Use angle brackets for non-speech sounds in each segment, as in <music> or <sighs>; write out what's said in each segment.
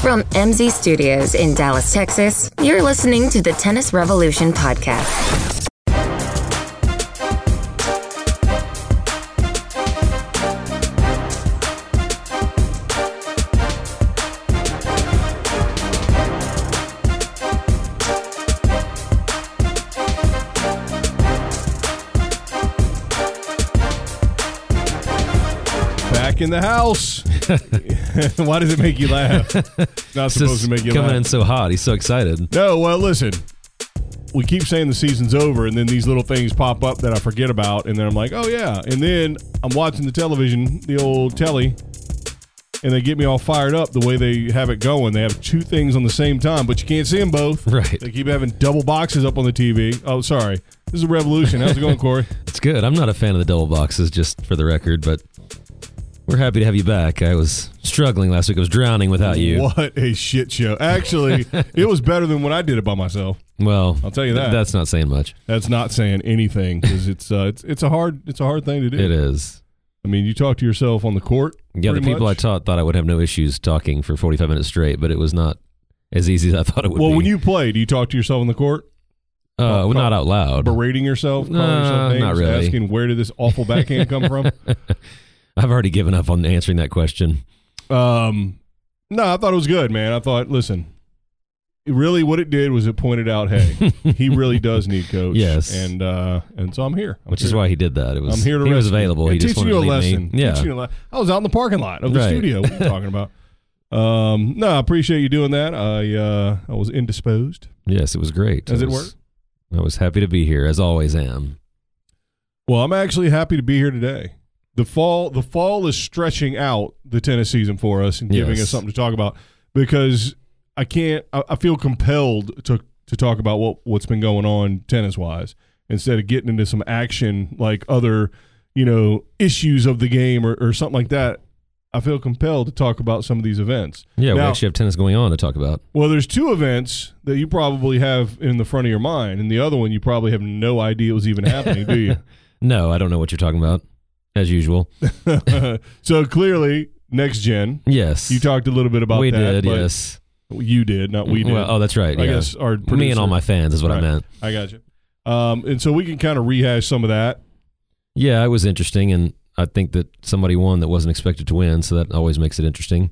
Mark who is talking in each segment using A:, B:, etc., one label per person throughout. A: From MZ Studios in Dallas, Texas, you're listening to the Tennis Revolution Podcast.
B: Back in the
C: <laughs>
B: house. Why does it make you laugh? It's Not
C: It's
B: supposed
C: just
B: to make you
C: coming in
B: laugh.
C: so hot. He's so excited.
B: No, well, listen. We keep saying the season's over, and then these little things pop up that I forget about, and then I'm like, oh yeah. And then I'm watching the television, the old telly, and they get me all fired up the way they have it going. They have two things on the same time, but you can't see them both.
C: Right.
B: They keep having double boxes up on the TV. Oh, sorry. This is a revolution. How's it going,
C: <laughs>
B: Corey?
C: It's good. I'm not a fan of the double boxes, just for the record, but we're happy to have you back. I was struggling last week. I was drowning without you.
B: What a shit show.
C: <laughs>
B: Actually, it was better than when I did it by myself.
C: Well,
B: I'll tell you that.
C: that's not saying much.
B: That's not saying anything because it's uh, it's it's a hard it's a hard thing to do.
C: It is.
B: I mean, you talk to yourself on the court.
C: Yeah, the
B: pretty
C: people
B: much.
C: I taught thought I would have no issues talking for 45 minutes straight, but it was not as easy as I thought it would
B: Well,
C: be.
B: when you Oh, play, do you talk to yourself on the court,
C: uh, well, not out loud.
B: berating yourself, calling
C: No,
B: yourself names,
C: not really.
B: asking where did this awful backhand come
C: <laughs>
B: from?
C: I've already given up on answering that question.
B: Um, no, I thought it was good, man. I thought, listen, really, what it did was it pointed out, hey, he really does need coach.
C: <laughs> Yes.
B: and uh, and so I'm here, I'm
C: Which is
B: here.
C: why he did that. It was
B: I'm here to
C: he was
B: rescue.
C: available.
B: Yeah,
C: he just
B: teaching
C: wanted
B: you a
C: to leave
B: lesson.
C: me.
B: Teaching
C: Yeah,
B: you a le- I was out in the parking lot of the
C: Right.
B: studio. What are you talking
C: <laughs>
B: about? Um, no, I appreciate you doing that. I uh, I was indisposed.
C: yes, it was great.
B: Does
C: I
B: it
C: was-
B: work?
C: I was happy to be here, as always am.
B: Well, I'm actually happy to be here today. The fall the fall is stretching out the tennis season for us and giving
C: Yes.
B: us something to talk about because I can't I, I feel compelled to to talk about what what's been going on tennis wise instead of getting into some action like other, you know, issues of the game or, or something like that. I feel compelled to talk about some of these events.
C: Yeah, we
B: Now-
C: actually have tennis going on to talk about.
B: Well, there's two events that you probably have in the front of your mind, and the other one you probably have no idea was even happening, do you?
C: No, I don't know what you're talking about, as usual.
B: <laughs> so clearly, next gen.
C: Yes.
B: You talked a little bit about
C: we
B: that.
C: did,
B: but
C: yes.
B: You did, not we did.
C: Well, oh, that's right.
B: I
C: yeah.
B: guess our
C: Me and
B: producer-
C: all my fans is what
B: Right.
C: I meant.
B: I got you. Um, and so we can kind of rehash some of that.
C: Yeah, it was interesting, and I think that somebody won that wasn't expected to win, so that always makes it interesting.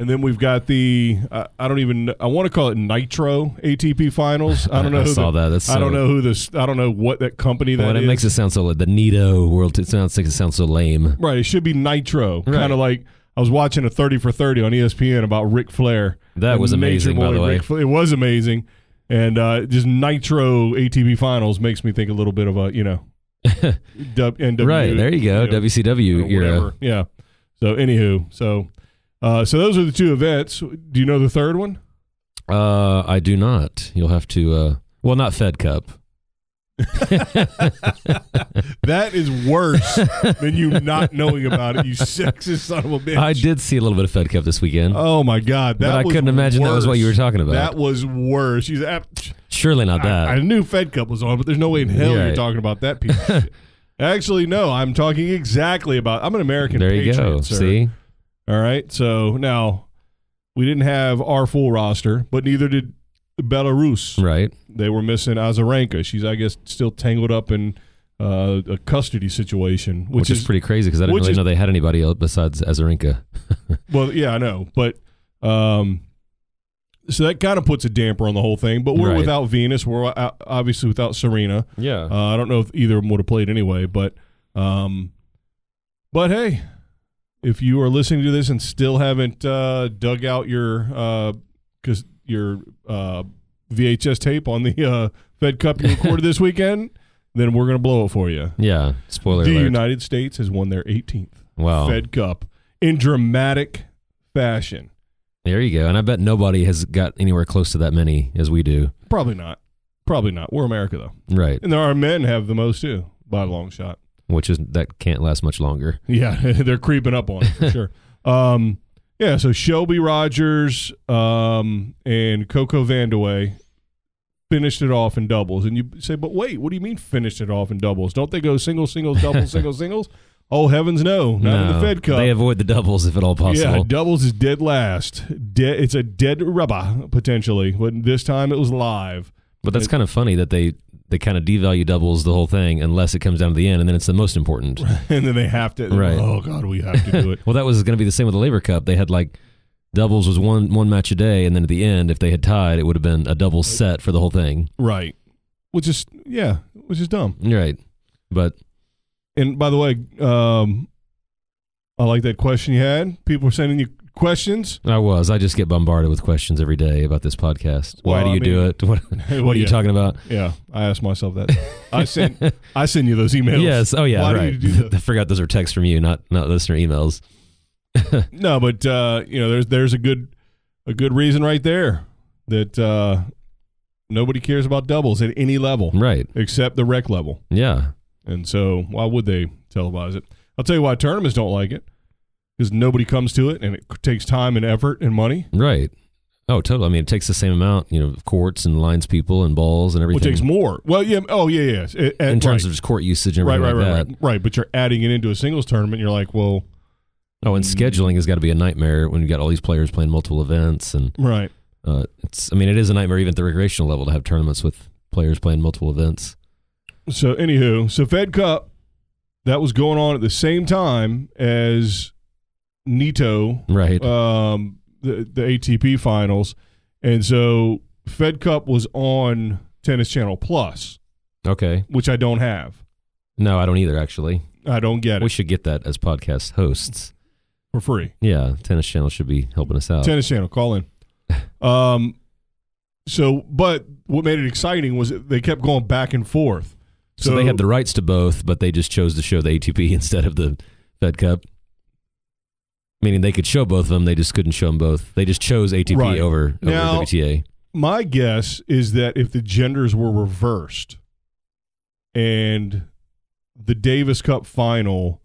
B: And then we've got the I I don't even I want to call it Nitro ATP Finals. I don't know.
C: <laughs> I
B: who the-
C: saw that. That's
B: I don't
C: so-
B: know who this. I don't know what that company that
C: Well, it
B: is.
C: makes it sound so like the Nito World. It sounds like it sounds so lame.
B: Right. It should be Nitro. Kind
C: Right.
B: of like I was watching a 30 for 30 on E ESPN about Ric Flair.
C: That
B: And
C: was amazing,
B: Nature
C: by
B: Boy
C: the way.
B: Ric Fla- it was amazing. And uh, just Nitro ATV Finals makes me think a little bit of a, you
C: <laughs>
B: know, w- NW,
C: Right there you go,
B: know, or
C: WCW era.
B: whatever. Yeah. So, anywho, so uh, so those are the two events. Do you know the third one?
C: Uh, I do not. You'll have to. Uh, well, not Fed Cup.
B: That is worse
C: <laughs>
B: than you not knowing about it, you <laughs> sexist son of a bitch.
C: I did see a little bit of Fed Cup this weekend.
B: Oh my god! That
C: But I
B: was
C: couldn't imagine that was what you were
B: worse.
C: talking about.
B: That was worse. She's ab-
C: Surely not that.
B: I, I knew Fed Cup was on, but there's no way in hell
C: Yeah.
B: you're talking about that piece.
C: <laughs>
B: of shit. Actually, no. I'm talking exactly about. I'm an American.
C: there you
B: patriot,
C: go.
B: sir.
C: See,
B: All right. So now we didn't have our full roster, but neither did Belarus.
C: right?
B: They were missing Azarenka. She's, I guess, still tangled up in uh, a custody situation, which,
C: Which, is, pretty crazy because I didn't
B: which
C: really
B: is-
C: know they had anybody else besides Azarenka.
B: Well, yeah, I know, but um, so that kind of puts a damper on the whole thing. But we're
C: Right.
B: without Venus. We're o- obviously without Serena.
C: Yeah.
B: Uh, I don't know if either of them would have played anyway. But, um, but hey, if you are listening to this and still haven't uh, dug out your because your uh, VHS tape on the uh, Fed Cup you recorded this weekend, then we're gonna blow it for you.
C: yeah. Spoiler
B: The
C: alert. Oh.
B: United States has won their 18th
C: wow.
B: Fed Cup in dramatic fashion.
C: There you go. And I bet nobody has got anywhere close to that many as we do.
B: Probably not. Probably not. We're America though,
C: Right.
B: and there are men have the most too by a long shot.
C: Which is that can't last much longer.
B: <laughs> Yeah, they're creeping up on it
C: <laughs>
B: for sure. Um, yeah, so Shelby Rogers um, and Coco Vandaway finished it off in
C: <laughs>
B: doubles, and you say, but wait, what do you mean finished it off in doubles? Don't they go singles, singles, doubles, singles, singles? Oh heavens, no! Not in the
C: No,
B: Fed Cup.
C: They avoid the doubles if at all possible.
B: Yeah, doubles is dead last. Dead, it's a dead rubber potentially, but this time it was live.
C: But that's kind of funny that they they kind of devalue doubles the whole thing unless it comes down to the end, and then it's the most important.
B: <laughs> and then they have to.
C: Right.
B: Oh God, we have to
C: <laughs>
B: do it.
C: Well, that was going to be the same with the Labor Cup. They had like doubles was one one match a day, and then at the end, if they had tied, it would have been a double set for the whole thing.
B: right. Which is yeah, which is dumb.
C: You're right, but
B: And by the way, um, I like that question you had. People are sending you questions.
C: I was I just get bombarded with questions every day about this podcast. Why
B: Well,
C: do
B: I
C: you do
B: mean-
C: it? <laughs> What,
B: <laughs> Well,
C: what are you
B: yeah.
C: talking about?
B: Yeah, I asked myself
C: <laughs>
B: that. I send I send you those emails.
C: Yes. Oh yeah.
B: Why
C: right.
B: do you do
C: I <laughs>
B: that?
C: forgot those are texts from you, not not listener emails.
B: No, but uh, you know, there's there's a good a good reason right there that uh, nobody cares about doubles at any level
C: Right.
B: except the rec level,
C: Yeah.
B: and so why would they televise it? I'll tell you why tournaments don't like it because nobody comes to it, and it takes time and effort and money.
C: Right. Oh, totally. I mean, it takes the same amount, you know, of courts and lines people and balls and
B: Well, it
C: everything.
B: takes more. Well, yeah. Oh, yeah, yeah. It- it-
C: in terms
B: right.
C: of just court usage and
B: Right,
C: everything
B: right,
C: like
B: right,
C: that.
B: right, right. But you're adding it into a singles tournament. And you're like, well,
C: Oh,
B: Mm.
C: and scheduling has got to be a nightmare when you got all these players playing multiple events, and
B: right.
C: uh, it's. I mean, it is a nightmare even at the recreational level to have tournaments with players playing multiple events.
B: So, anywho, so Fed Cup that was going on at the same time as Nito,
C: Right.
B: um, the the ATP finals, and so Fed Cup was on Tennis Channel Plus,
C: okay.
B: which I don't have.
C: No, I don't either. Actually,
B: I don't get
C: we
B: it
C: should get that as podcast hosts.
B: for free.
C: Yeah, Tennis Channel should be helping us out.
B: Tennis Channel, call
C: <laughs>
B: in. Um, so, but what made it exciting was they kept going back and forth.
C: so, they had the rights to both, but they just chose to show the ATP <laughs> instead of the Fed Cup. Meaning they could show both of them, they just couldn't show them both. They just chose ATP
B: Right.
C: over, over
B: Now-
C: WTA.
B: my guess is that if the genders were reversed and the Davis Cup final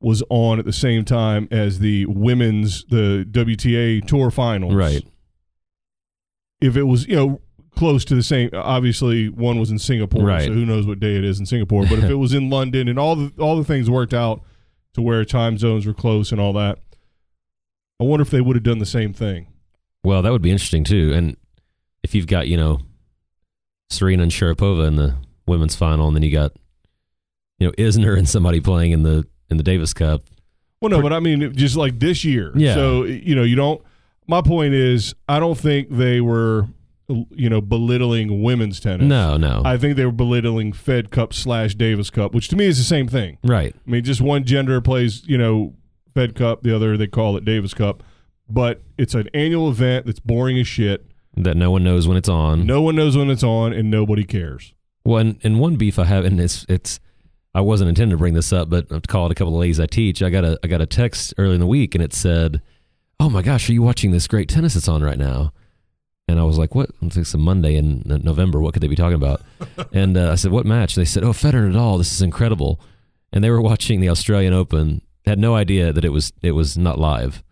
B: was on at the same time as the women's the WTA tour finals.
C: Right.
B: If it was, you know, close to the same obviously one was in Singapore,
C: Right.
B: so who knows what day it is in Singapore, but if
C: <laughs>
B: it was in London and all the all the things worked out to where time zones were close and all that. I wonder if they would have done the same thing.
C: Well, that would be interesting too. And if you've got, you know, Serena and Sharapova in the women's final, and then you got, you know, Isner and somebody playing in the in the Davis Cup.
B: Well, no, but I mean, it- just like this year.
C: Yeah.
B: So you know, you don't. My point is, I don't think they were, you know, belittling women's tennis.
C: No, no,
B: I think they were belittling Fed Cup slash Davis Cup, which to me is the same thing.
C: right,
B: I mean, just one gender plays, you know, Fed Cup, the other they call it Davis Cup, but it's an annual event that's boring as shit.
C: that no one knows when it's on.
B: No one knows when it's on, and nobody cares.
C: Well, and, and one beef I have, and it's it's, I wasn't intending to bring this up, but I've called a couple of ladies I teach. I got a I got a text early in the week, and it said, "Oh my gosh, are you watching this great tennis that's on right now?" And I was like, "What? It's like some Monday in in November. What could they be talking about?" and uh, I said, "What match?" They said, "Oh, Federer and Nadal. This is incredible." And they were watching the Australian Open. Had no idea that it was it was not live,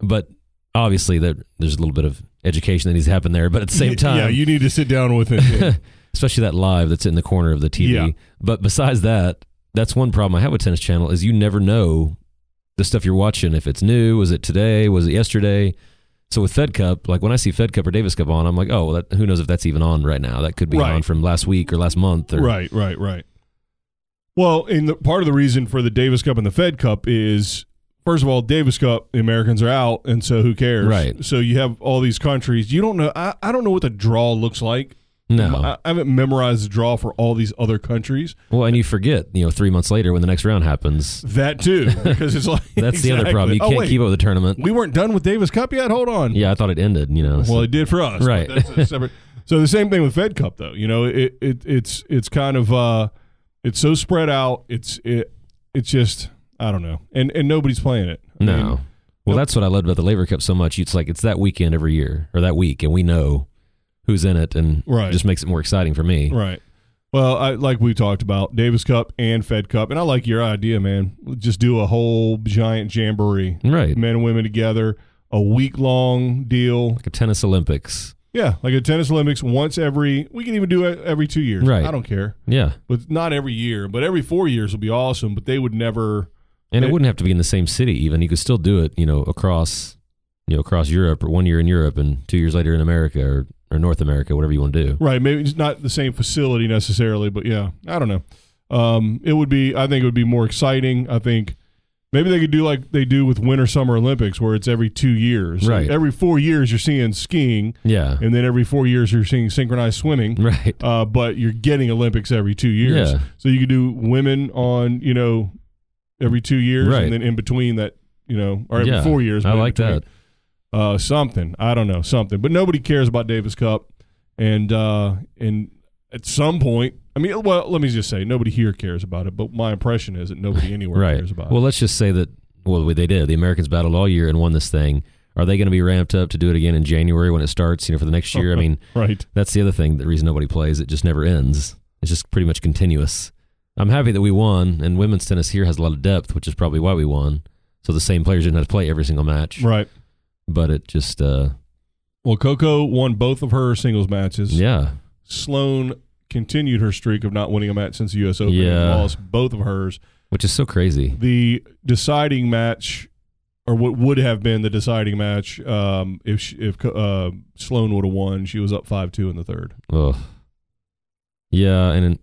C: but obviously there, there's a little bit of education that needs to happen there. But at the same
B: <laughs>
C: time,
B: yeah, you need to sit down with
C: <laughs>
B: it.
C: especially that live that's in the corner of the TV.
B: Yeah.
C: But besides that, that's one problem I have with Tennis Channel is you never know the stuff you're watching if it's new. Was it today? Was it yesterday? So with Fed Cup, like when I see Fed Cup or Davis Cup on, I'm like, oh, well, that, who knows if that's even on right now? That could be
B: Right.
C: on from last week or last month. Or,
B: Right, right, right. Well, and the, part of the reason for the Davis Cup and the Fed Cup is, first of all, Davis Cup, the Americans are out, and so who cares?
C: Right.
B: So you have all these countries. You don't know. I, I don't know what the draw looks like.
C: No.
B: I, I haven't memorized the draw for all these other countries.
C: well, and you forget, you know, three months later when the next round
B: <laughs>
C: happens.
B: That too, because it's like
C: That's the other
B: Exactly.
C: problem. You
B: Oh,
C: can't
B: wait,
C: keep up with the tournament.
B: We weren't done with Davis Cup yet. Hold on.
C: yeah, I thought it ended, you know. so-
B: Well, it did for us, but
C: Right.
B: That's a
C: <laughs>
B: separate. so the same thing with Fed Cup, though. You know, it, it it's it's kind of uh, it's so spread out. It's it it's just I don't know, and and nobody's playing it. I
C: No.
B: mean,
C: well, that's what I loved about the Labor Cup so much. It's like it's that weekend every year or that week, and we know who's in it, and
B: Right.
C: it just makes it more exciting for me.
B: right. Well, I, like we talked about Davis Cup and Fed Cup, and I like your idea, man. Just do a whole giant jamboree,
C: Right.
B: men and women together, a week long deal.
C: Like a tennis Olympics.
B: Yeah, like a tennis Olympics once every. We can even do it every two years.
C: Right.
B: I don't care,
C: Yeah.
B: but not every year. But every four years would be awesome. But they would never.
C: And it
B: They-
C: wouldn't have to be in the same city even. You could still do it, you know, across you know, across Europe or one year in Europe and two years later in America or, or North America, whatever you want to do.
B: Right. Maybe it's not the same facility necessarily, but yeah, I don't know. Um, it would be. I think it would be more exciting. I think maybe they could do like they do with Winter Summer Olympics, where it's every two years.
C: Right.
B: Every four years you're seeing skiing,
C: Yeah. <laughs>
B: and then every four years you're seeing synchronized swimming.
C: Right.
B: Uh, but you're getting Olympics every two years,
C: Yeah.
B: so you could do women on you know every two years,
C: Right.
B: and then in between that you know or every
C: yeah.
B: four years.
C: I
B: but in
C: like
B: between
C: that.
B: uh, something. I don't know something, but nobody cares about Davis Cup, and uh, and at some point, I mean, well, let me just say, nobody here cares about it. But my impression is that nobody anywhere
C: Right.
B: cares about
C: Well,
B: it.
C: let's just say that well they did. The Americans battled all year and won this thing. Are they going to be ramped up to do it again in January when it starts, you know, for the
B: <laughs>
C: next year? I mean,
B: Right?
C: That's the other thing. The reason nobody plays, it just never ends. It's just pretty much continuous. I'm happy that we won, and women's tennis here has a lot of depth, which is probably why we won. So the same players didn't have to play every single match,
B: Right.
C: but it just, uh,
B: Well, Coco won both of her singles matches.
C: yeah,
B: Sloan continued her streak of not winning a match since the U.S. Open.
C: Yeah.
B: And lost both of hers.
C: which is so crazy.
B: The deciding match. Or what would have been the deciding match um, if she, if uh, Sloan would have won? She was up five two in the third.
C: Ugh. Yeah, and in,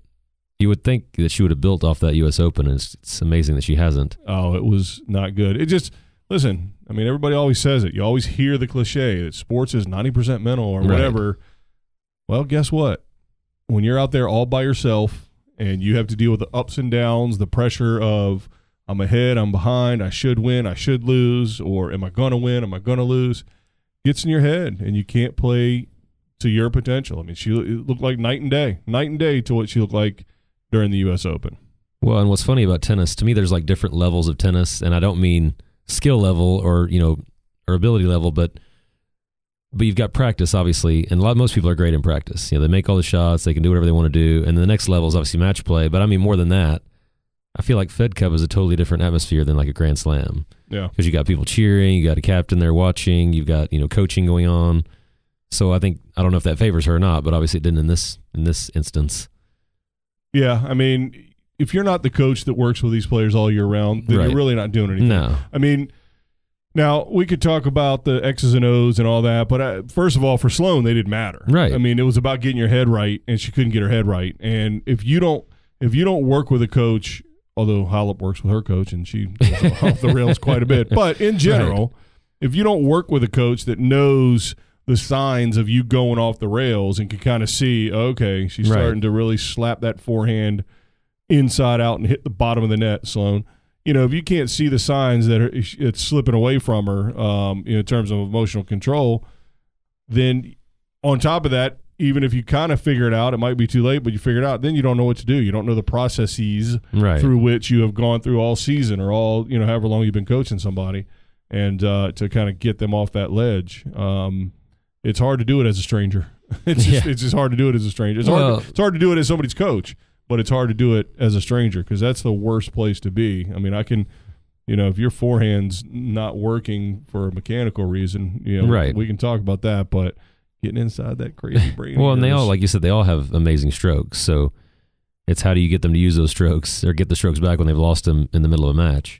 C: you would think that she would have built off that U.S. Open, and it's, it's amazing that she hasn't.
B: Oh, it was not good. It just listen. I mean, everybody always says it. You always hear the cliche that sports is ninety percent mental or
C: Right.
B: whatever. Well, guess what? When you're out there all by yourself and you have to deal with the ups and downs, the pressure of I'm ahead, I'm behind, I should win, I should lose, or am I going to win, am I going to lose, gets in your head and you can't play to your potential. I mean, she it looked like night and day, night and day to what she looked like during the U.S. Open.
C: Well, and what's funny about tennis to me, there's like different levels of tennis, and I don't mean skill level or you know or ability level, but but you've got practice obviously, and a lot most people are great in practice. You know, they make all the shots, they can do whatever they want to do, and the next level is obviously match play. But I mean more than that, I feel like Fed Cup is a totally different atmosphere than like a Grand Slam
B: Yeah.
C: because you got people cheering, you got a captain there watching, you've got you know coaching going on. So I think I don't know if that favors her or not, but obviously it didn't in this in this instance.
B: Yeah, I mean, if you're not the coach that works with these players all year round, then
C: Right.
B: you're really not doing anything.
C: No,
B: I mean, now we could talk about the X's and O's and all that, but I, first of all, for Sloan, they didn't matter.
C: Right.
B: I mean, it was about getting your head right, and she couldn't get her head right. And if you don't, if you don't work with a coach, although Hollop works with her coach, and she goes <laughs> off the rails quite a bit, but in general, if you don't work with a coach that knows the signs of you going off the rails and can kind of see, okay, she's
C: Right.
B: starting to really slap that forehand inside out and hit the bottom of the net, Sloan. You know, if you can't see the signs that are, it's slipping away from her um, in terms of emotional control, then on top of that, even if you kind of figure it out, it might be too late, but you figure it out, then you don't know what to do. You don't know the processes
C: right.
B: through which you have gone through all season or all, you know, however long you've been coaching somebody and uh, to kind of get them off that ledge. Um, it's hard to do it as a stranger. <laughs> It's just,
C: Yeah.
B: it's just hard to do it as a stranger. It's,
C: Well-
B: hard to, it's hard to do it as somebody's coach, but it's hard to do it as a stranger because that's the worst place to be. I mean, I can, you know, if your forehand's not working for a mechanical reason, you know,
C: Right.
B: we can talk about that, but getting inside that crazy brain. of
C: <laughs> Well, and they
B: yours-
C: all, like you said, they all have amazing strokes. So it's how do you get them to use those strokes or get the strokes back when they've lost them in the middle of a match?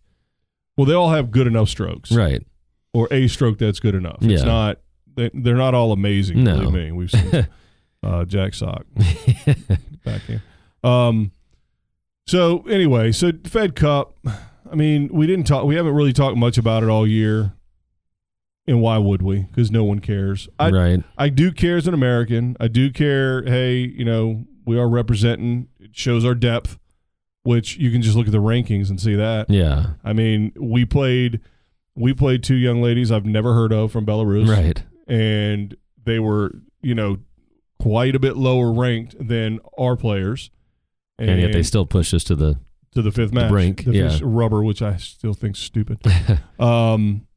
B: well, they all have good enough strokes.
C: Right.
B: or a stroke that's good enough. It's
C: Yeah.
B: not they, they're not all amazing.
C: No.
B: Believe me, we've
C: <laughs>
B: seen uh, Jack Sock back here. Um, so anyway, so Fed Cup. I mean, we didn't talk. We haven't really talked much about it all year. And why would we? Because no one cares. I
C: right.
B: I do care as an American. I do care. Hey, you know, we are representing. It shows our depth, which you can just look at the rankings and see that.
C: Yeah.
B: I mean, we played we played two young ladies I've never heard of from Belarus,
C: Right.
B: and they were you know quite a bit lower ranked than our players,
C: And, yet they still push us to the.
B: to the fifth match,
C: brink,
B: the
C: yeah.
B: fifth rubber, which I still think's
C: <laughs>
B: stupid. um,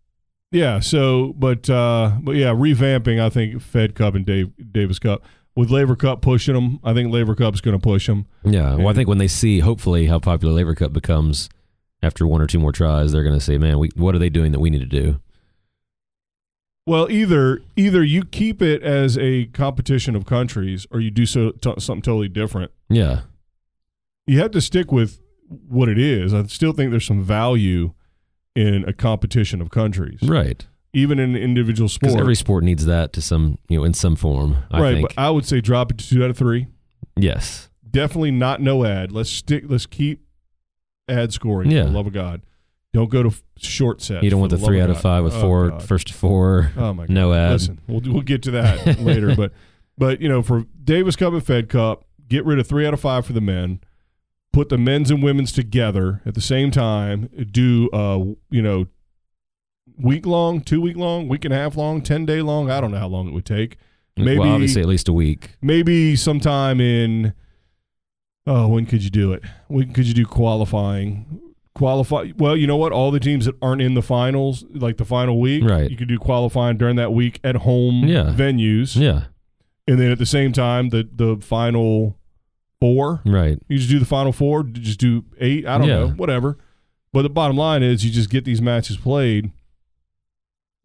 B: yeah. So, but uh, but yeah, revamping. I think Fed Cup and Dave, Davis Cup with Labor Cup pushing them. I think Labor Cup's going to push them.
C: Yeah. Well, I think when they see, hopefully, how popular Labor Cup becomes after one or two more tries, they're going to say, man, we, what are they doing that we need to do?
B: Well, either either you keep it as a competition of countries, or you do so t- something totally different.
C: Yeah.
B: You have to stick with what it is. I still think there's some value in a competition of countries,
C: Right.
B: even in an individual
C: Because
B: sport.
C: every sport needs that to some, you know, in some form. I
B: right,
C: think.
B: but I would say drop it to two out of three.
C: yes.
B: Definitely not no ad. Let's stick. Let's keep ad scoring.
C: Yeah.
B: for the love of God, don't go to f- short sets.
C: You don't
B: for
C: want the
B: the love
C: three out of
B: God.
C: five with
B: Oh,
C: four,
B: God.
C: first to four.
B: Oh my God.
C: No ad.
B: Listen, we'll we'll get to
C: <laughs>
B: that later, but but you know, for Davis Cup and Fed Cup, get rid of three out of five for the men. Put the men's and women's together at the same time. Do uh, you know, week long, two week long, week and a half long, ten day long. I don't know how long it would take. Maybe-
C: well, obviously, at least a week.
B: Maybe sometime in. Oh, when could you do it? When could you do qualifying? Qualify. Well, you know what? All the teams that aren't in the finals, like the final week,
C: Right.
B: You could do qualifying during that week at home
C: Yeah.
B: venues.
C: Yeah.
B: and then at the same time the the final four
C: Right.
B: you just do the final four just do eight i don't
C: Yeah.
B: know whatever but the bottom line is you just get these matches played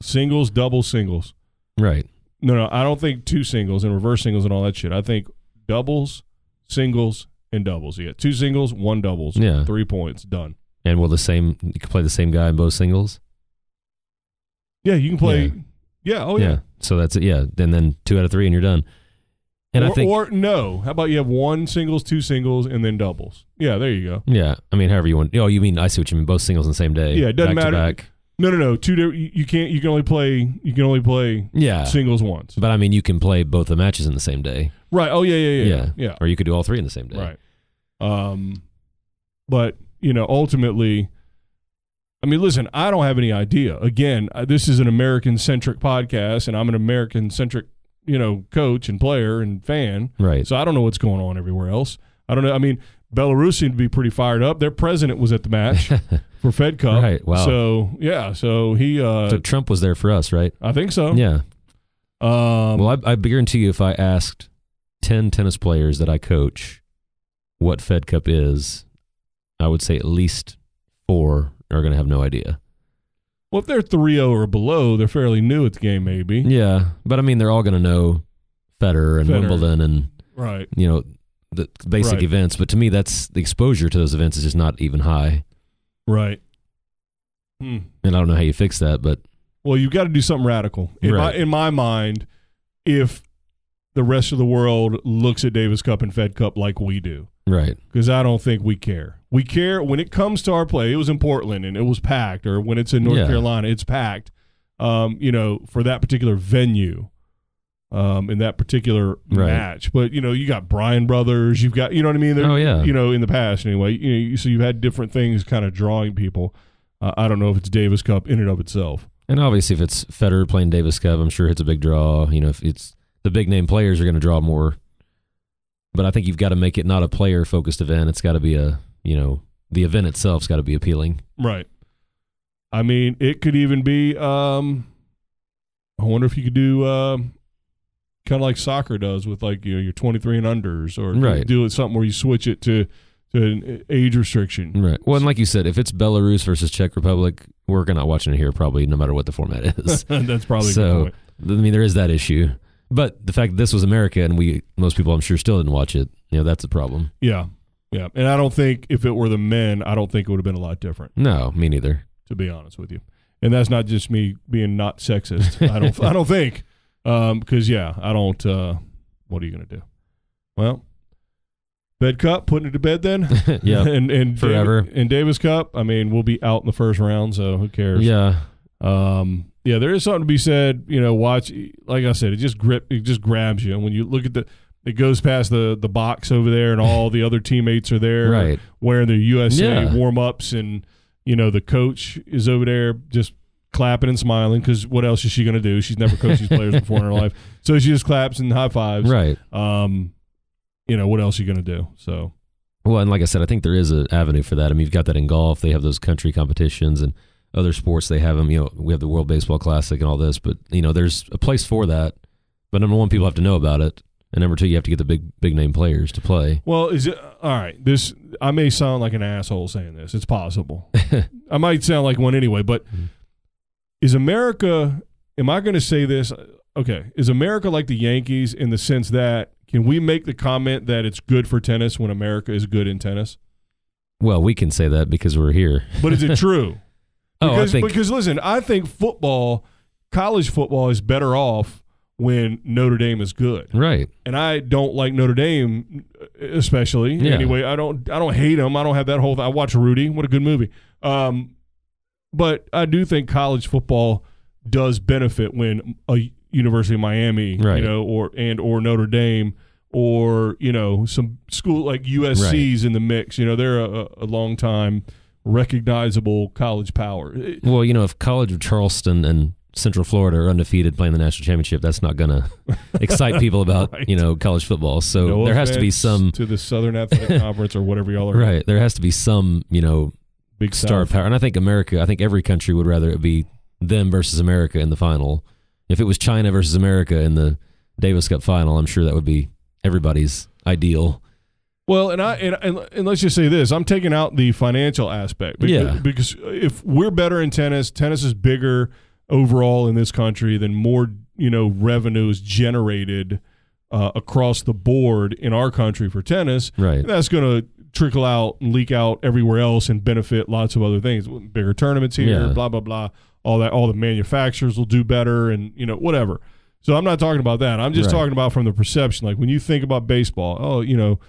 B: singles double singles
C: Right.
B: no no i don't think two singles and reverse singles and all that shit i think doubles singles and doubles you get two singles one doubles
C: Yeah.
B: three points done
C: And will the same, you can play the same guy in both singles?
B: yeah you can play yeah, oh yeah,
C: So that's it. Yeah. Then then two out of three and you're done. And
B: or,
C: I think,
B: or no how about you have one singles two singles and then doubles yeah there you go
C: yeah. I mean, however you want. Oh, you mean, I see what you mean. Both singles on the same day.
B: Yeah, it doesn't
C: back
B: matter.
C: To back.
B: No, no, no. Two different. You you can't. You can only play. You can only play
C: Yeah.
B: singles once.
C: But I mean, you can play both the matches in the same day.
B: Right. Oh yeah, yeah, yeah, yeah.
C: Or you could do all three in the same day.
B: Right. Um, but you know, ultimately, I mean, listen, I don't have any idea. Again, I, this is an American centric podcast, and I'm an American centric, you know, coach and player and fan.
C: Right.
B: So I don't know what's going on everywhere else. I don't know. I mean, Belarus seemed to be pretty fired up. Their president was at the match
C: <laughs>
B: for Fed Cup.
C: Right, wow.
B: So yeah. So he. Uh,
C: so Trump was there for us, right?
B: I think so.
C: Yeah.
B: Um,
C: well, I, I guarantee you, if I asked 10 tennis players that I coach what Fed Cup is, I would say at least four are going to have no idea.
B: Well, if they're 3 0 or below, they're fairly new at the game, maybe.
C: Yeah. But I mean, they're all going to know Federer and
B: Federer.
C: Wimbledon and,
B: Right.
C: you know, the basic
B: Right.
C: events. But to me, that's the exposure to those events is just not even high.
B: Right. Hmm.
C: And I don't know how you fix that, but
B: Well, you've got to do something radical. In,
C: Right.
B: my, in my mind, if the rest of the world looks at Davis Cup and Fed Cup like we do,
C: right.
B: because I don't think we care. We care when it comes to our play. It was in Portland and it was packed, or when it's in North
C: Yeah.
B: Carolina, it's packed. Um, you know, for that particular venue, um, in that particular
C: Right.
B: match. But you know, you got Bryan Brothers. You've got, you know what I mean? There-
C: Oh, yeah.
B: You know, in the past anyway. You know, you- so you've had different things kind of drawing people. Uh, I don't know if it's Davis Cup in and of itself.
C: And obviously, if it's Federer playing Davis Cup, I'm sure it's a big draw. You know, if it's the big name players are going to draw more. But I think you've got to make it not a player focused event. It's got to be a you know the event itself's got to be appealing.
B: Right. I mean, it could even be. Um, I wonder if you could do um, kind of like soccer does with like you know your twenty three and unders, or
C: Right.
B: do it something where you switch it to to an uh, age restriction.
C: Right. Well, and like you said, if it's Belarus versus Czech Republic, we're not watching it here probably, no matter what the format
B: <laughs>
C: is.
B: That's probably a
C: so
B: good point.
C: I mean, there is that issue. But the fact that this was America and we most people I'm sure still didn't watch it. You know, that's a problem.
B: Yeah, yeah. And I don't think if it were the men, I don't think it would have been a lot different.
C: No,
B: <laughs>
C: me neither.
B: To be honest with you, and that's not just me being not sexist. I don't. I don't
C: <laughs>
B: think because yeah, I don't. Uh, what are you gonna do? Well, bed cup, putting it to bed then.
C: <laughs> yeah.
B: <laughs> and and
C: Forever.
B: Davi- and Davis Cup. I mean, we'll be out in the first round, so who cares?
C: Yeah.
B: Um. Yeah, there is something to be said. You know, watch. Like I said, it just grip. It just grabs you, and when you look at the, it goes past the the box over there, and all the other teammates are there,
C: Right.
B: Wearing their USA
C: Yeah.
B: warm ups, and you know the coach is over there just clapping and smiling because what else is she going to do? She's never coached these players before in her
C: <laughs>
B: life, so she just claps and high fives.
C: Right.
B: Um. You know what else are you going to do? So
C: Well, and like I said, I think there is an avenue for that. I mean, you've got that in golf. They have those country competitions and other sports. They have them. You know, we have the World Baseball Classic and all this. But you know, there's a place for that. But number one, people have to know about it, and number two, you have to get the big big name players to play. <laughs>
B: Well, is it uh, all right? This I may sound like an asshole saying this.
C: Mm-hmm.
B: It's possible. I might sound like one anyway, but is America am I going to say this? Okay, is America like the Yankees in the sense that can we make the comment that it's good for tennis when America is good in tennis?
C: Well, we can say that because we're here. <laughs>
B: But is it true?
C: Oh,
B: because,
C: I think
B: because listen, I think football, college football, is better off when Notre Dame is good,
C: right.
B: and I don't like Notre Dame, especially.
C: Yeah.
B: Anyway, I don't, I don't hate them. I don't have that whole. I watch Rudy. What a good movie. Um, but I do think college football does benefit when a University of Miami,
C: Right.
B: you know, or and or Notre Dame. Or you know some school like USC's in the mix. You know they're a, a long time recognizable college power. Eh, It-
C: Well, you know, if College of Charleston and Central Florida are undefeated playing the national championship, that's not going
B: <laughs>
C: to excite people about
B: Right.
C: you know college football. So
B: No
C: there has to be
B: offense
C: some
B: to the Southern
C: <laughs>
B: Athletic Conference or whatever y'all are.
C: right. There has to be some you know
B: Big
C: star
B: South.
C: power, and I think America. I think every country would rather it be them versus America in the final. If it was China versus America in the Davis Cup final, I'm sure that would be everybody's ideal.
B: Well, and I and, and, and let's just say this: I'm taking out the financial aspect. Because,
C: Yeah.
B: because if we're better in tennis, tennis is bigger overall in this country. Then more you know revenue is generated uh, across the board in our country for tennis.
C: Right.
B: And that's going to trickle out and leak out everywhere else and benefit lots of other things. Bigger tournaments here,
C: Yeah.
B: blah blah blah. All that, all the manufacturers will do better, and you know whatever. So I'm not talking about that. I'm just
C: Right.
B: talking about from the perception. Like when you think about baseball, oh, you know,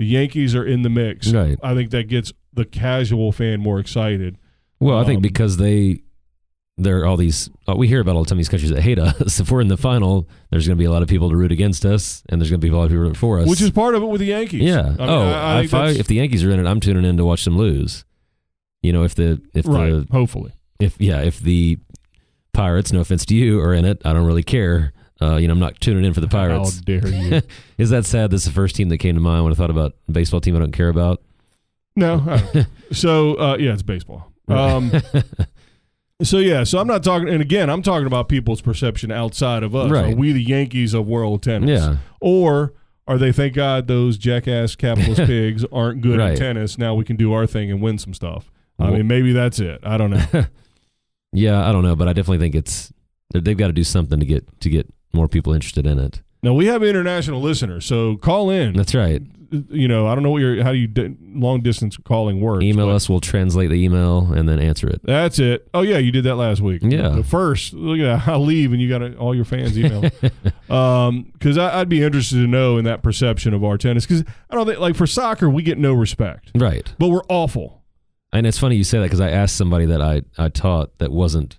B: the Yankees are in the mix.
C: Right.
B: I think that gets the casual fan more excited.
C: Well, I think
B: Um,
C: because they there are all these uh, we hear about all the time these countries that hate <laughs> us. If we're in the final, there's going to be a lot of people to root against us, and there's going to be a lot of people to root for us.
B: Which is part of it with the Yankees.
C: yeah.
B: I mean,
C: oh,
B: I- I think
C: if, I,
B: that's-
C: if the Yankees are in it, I'm tuning in to watch them lose. You know, if the if
B: right.
C: the
B: hopefully.
C: if yeah if the Pirates, no offense to you, are in it, I don't really care. Uh, you know, I'm not tuning in
B: <laughs>
C: for the Pirates.
B: How dare
C: <laughs>
B: you?
C: Is that sad? That's the first team that came to mind when I thought about a baseball team I don't care about.
B: no. I don't. so uh, yeah, it's baseball.
C: <laughs>
B: Um, so yeah, so I'm not talking. And again, I'm talking about people's perception outside of us.
C: Right.
B: Are we the Yankees of world tennis?
C: yeah,
B: Or are they? Thank God those jackass
C: <laughs>
B: capitalist pigs aren't good
C: Right.
B: at tennis. Now we can do our thing and win some stuff. I
C: Well-
B: mean, maybe that's it. I don't know.
C: <laughs> Yeah, I don't know, but I definitely think it's they've got to do something to get to get more people interested in it.
B: Now we have international listeners, so call in.
C: That's right.
B: You know, I don't know what your how do you di- long distance calling works.
C: Email
B: but
C: us, we'll translate the email and then answer it.
B: That's it. Oh yeah, you did that last week.
C: Yeah.
B: The first, look at that. <laughs> I leave and you got all your fans email.
C: <laughs>
B: um, because I'd be interested to know in that perception of our tennis. Because I don't think like for soccer we get no respect,
C: Right.
B: but we're awful.
C: And it's funny you say that because I asked somebody that I, I taught that wasn't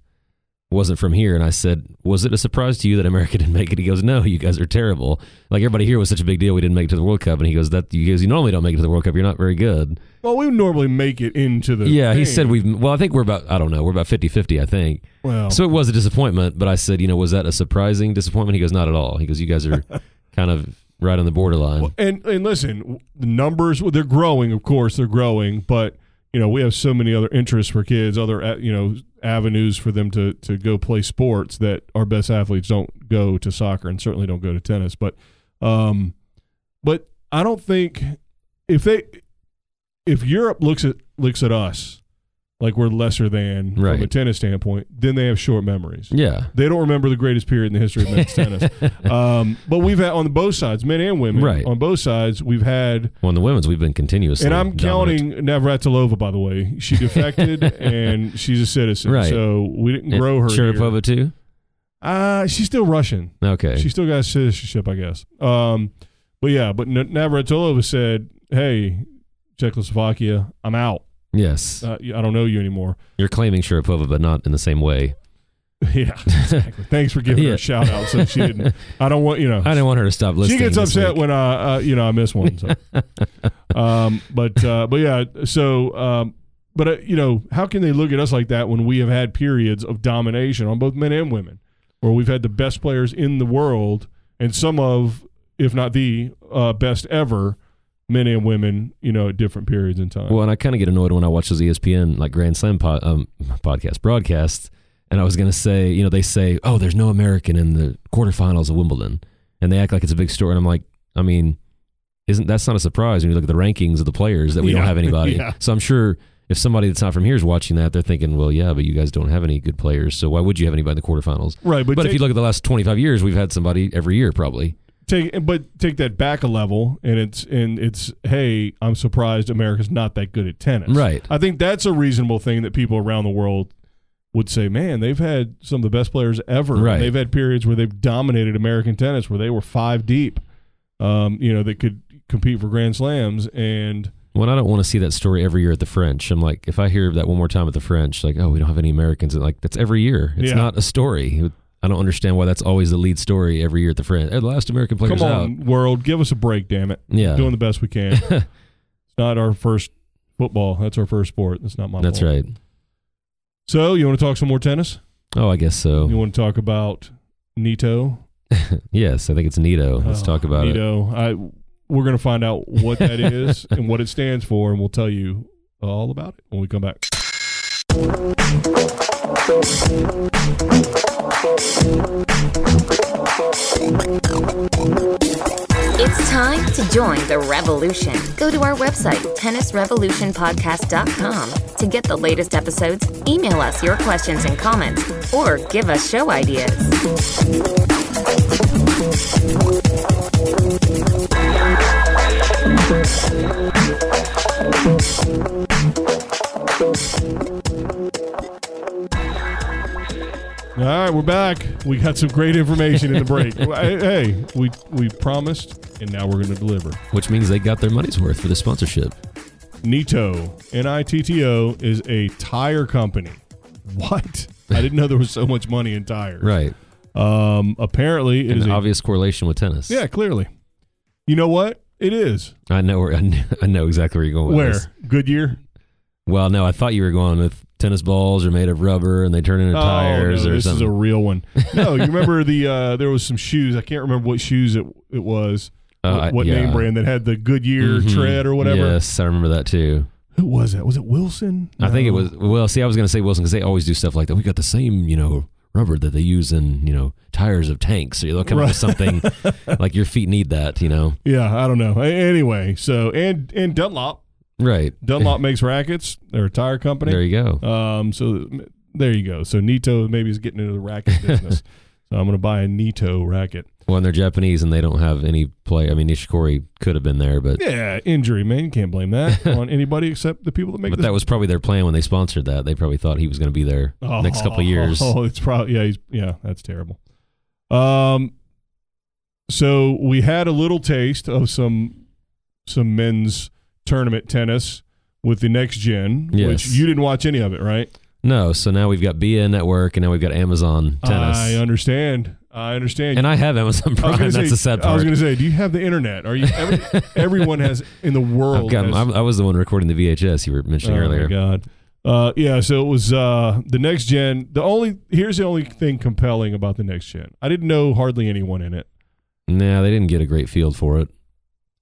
C: wasn't from here, and I said, "Was it a surprise to you that America <laughs> didn't make it?" He goes, "No, you guys are terrible. Like everybody here was such a big deal, we didn't make it to the World Cup." And he goes, "That you guys, you normally don't make it to the World Cup. You're not very good."
B: Well, we normally make it into the
C: yeah, he
B: thing.
C: said we've. Well, I think we're about. I don't know. We're about 50-50, I think.
B: well,
C: So it was a disappointment, but I said, you know, was that a surprising disappointment? He goes, not at all. He goes, you
B: <laughs>
C: guys are kind of right on the borderline.
B: Well, and and listen, w- the numbers well, they're growing. Of course, they're growing, but you know we have so many other interests for kids, other uh, you know avenues for them to to go play sports that our best athletes don't go to soccer and certainly don't go to tennis. But um, but I don't think if they if Europe looks at looks at us like we're lesser than from a
C: Right.
B: tennis standpoint, then they have short memories.
C: yeah,
B: They don't remember the greatest period in the history of
C: <laughs>
B: men's tennis. Um, but we've had on both sides, men and women,
C: Right.
B: on both sides, we've had.
C: well, in the women's, we've been continuously.
B: And I'm
C: dominant.
B: counting Navratilova, by the way.
C: <laughs>
B: She defected and she's a citizen,
C: Right.
B: so we didn't grow her.
C: And
B: Here.
C: Sharapova too.
B: Uh, she's still Russian.
C: Okay,
B: She still got citizenship, I guess. Um, but yeah, but N- Navratilova said, "Hey, Czechoslovakia, I'm out.
C: yes,
B: Uh, I don't know you anymore." <laughs>
C: you're claiming Sharapova, but not in the same way.
B: yeah, exactly. Thanks for giving her
C: Yeah.
B: a shout out. So she didn't. I don't want you know.
C: <laughs> I didn't want her to stop
B: she
C: listening.
B: gets
C: this
B: upset
C: week.
B: when I, uh, you know, I miss one.
C: <laughs>
B: So. um, but uh, but yeah, so um, but uh, you know, how can they look at us like that when we have had periods of domination on both men and women, where we've had the best players in the world and some of, if not the uh, best ever, men and women, you know, at different periods in time.
C: Well, and I kind of get annoyed when I watch those E ESPN like Grand Slam pod, um, podcast broadcasts. And I was going to say, you know, they say, "Oh, there's no American in the quarterfinals of Wimbledon," and they act like it's a big story. And I'm like, I mean, isn't that's not a surprise when you look at the rankings of the players that we
B: Yeah.
C: don't have anybody?
B: <laughs> Yeah.
C: So I'm sure if somebody that's not from here is watching that, they're thinking, well, yeah, but you guys don't have any good players, so why would you have anybody in the quarterfinals?
B: Right, but
C: But, if
B: take-
C: you look at the last 25 years, we've had somebody every year probably.
B: Take but take that back a level, and it's and it's hey, I'm surprised America's not that good at tennis.
C: Right.
B: I think that's a reasonable thing that people around the world would say. Man, they've had some of the best players ever.
C: Right.
B: They've had periods where they've dominated American tennis, where they were five deep. Um, you know, that could compete for Grand Slams, and
C: Well, I don't want to see that story every year at the French. I'm like, if I hear that one more time at the French, like, oh, we don't have any Americans, and like that's every year. It's
B: Yeah.
C: not a story. I don't understand why that's always the lead story every year at the French. Hey, the last American player's
B: come
C: out.
B: on, world, give us a break, damn it.
C: Yeah,
B: Doing the best we can.
C: <laughs>
B: it's not our first football. That's our first sport. That's not my.
C: that's
B: fault.
C: right.
B: So you want to talk some more tennis?
C: Oh, I guess so.
B: You want to talk about Nito?
C: Yes, I think it's Nito. Let's
B: Oh,
C: talk about it.
B: Nito, I we're gonna find out what that
C: <laughs>
B: is and what it stands for, and we'll tell you all about it when we come back.
A: It's time to join the revolution. Go to our website, tennisrevolutionpodcast.com, to get the latest episodes, email us your questions and comments, or give us show ideas.
B: All right, we're back. We got some great information in the
C: <laughs>
B: break. hey, hey, we we promised, and now we're gonna deliver.
C: Which means they got their money's worth for the sponsorship.
B: Nito, N I T T O, is a tire company. What? I didn't know there was so much money in tires.
C: Right.
B: Um. Apparently, it is.
C: An
B: a-
C: obvious correlation with tennis.
B: yeah, clearly. You know what? It is.
C: I know. Where, <laughs> I, know I know exactly where you're going with
B: Where
C: this.
B: Goodyear.
C: Well, no, I thought you were going with tennis balls are made of rubber and they turn into tires
B: Oh, no,
C: or
B: this
C: something.
B: is a real
C: <laughs>
B: one. No, you remember the uh, there was some shoes. I can't remember what shoes it it was.
C: Uh,
B: what what
C: yeah.
B: name brand that had the Goodyear
C: Mhm.
B: tread or whatever?
C: Yes, I remember that too.
B: Who was that? Was it Wilson?
C: I think it
B: No.
C: was. Well, see, I was going to say Wilson because they always do stuff like that. We got the same, you know, rubber that they use in, you know, tires of tanks. So they'll come up
B: <laughs>
C: with something like your feet need that, you know.
B: Yeah, I don't know. A- Anyway, so and and Dunlop.
C: Right. <laughs>
B: Dunlop makes rackets. They're a tire company.
C: There you go.
B: um, so th- there you go. So Nito maybe is getting into the
C: <laughs>
B: racket business. so I'm going to buy a Nito racket.
C: Well, and they're Japanese and they don't have any play. I mean, Nishikori could have been there, but
B: Yeah, injury man. You can't blame
C: <laughs>
B: that on anybody except the people that make
C: but
B: this
C: that was probably their plan when they sponsored that. They probably thought he was going to be there
B: <laughs>
C: next couple of years.
B: Oh, it's probably yeah, he's, yeah, that's terrible. Um, so we had a little taste of some some men's tournament tennis with the next gen, which
C: Yes.
B: you didn't watch any of it, right?
C: No, so now we've got BA Network and now we've got Amazon Tennis.
B: I understand. I understand.
C: and I have Amazon
B: I was
C: Prime.
B: gonna
C: <laughs> That's
B: say-
C: the sad
B: I was
C: part.
B: going to say, do you have the internet? Are you?
C: <laughs>
B: Every, everyone has in the world.
C: I've got,
B: has-
C: I'm- I was the one recording the VHS you were mentioning
B: Oh
C: earlier.
B: my god. Uh, yeah, so it was uh, the next gen. The only here's the only thing compelling about the next gen. I didn't know hardly anyone in it,
C: Nah, they didn't get a great field for it.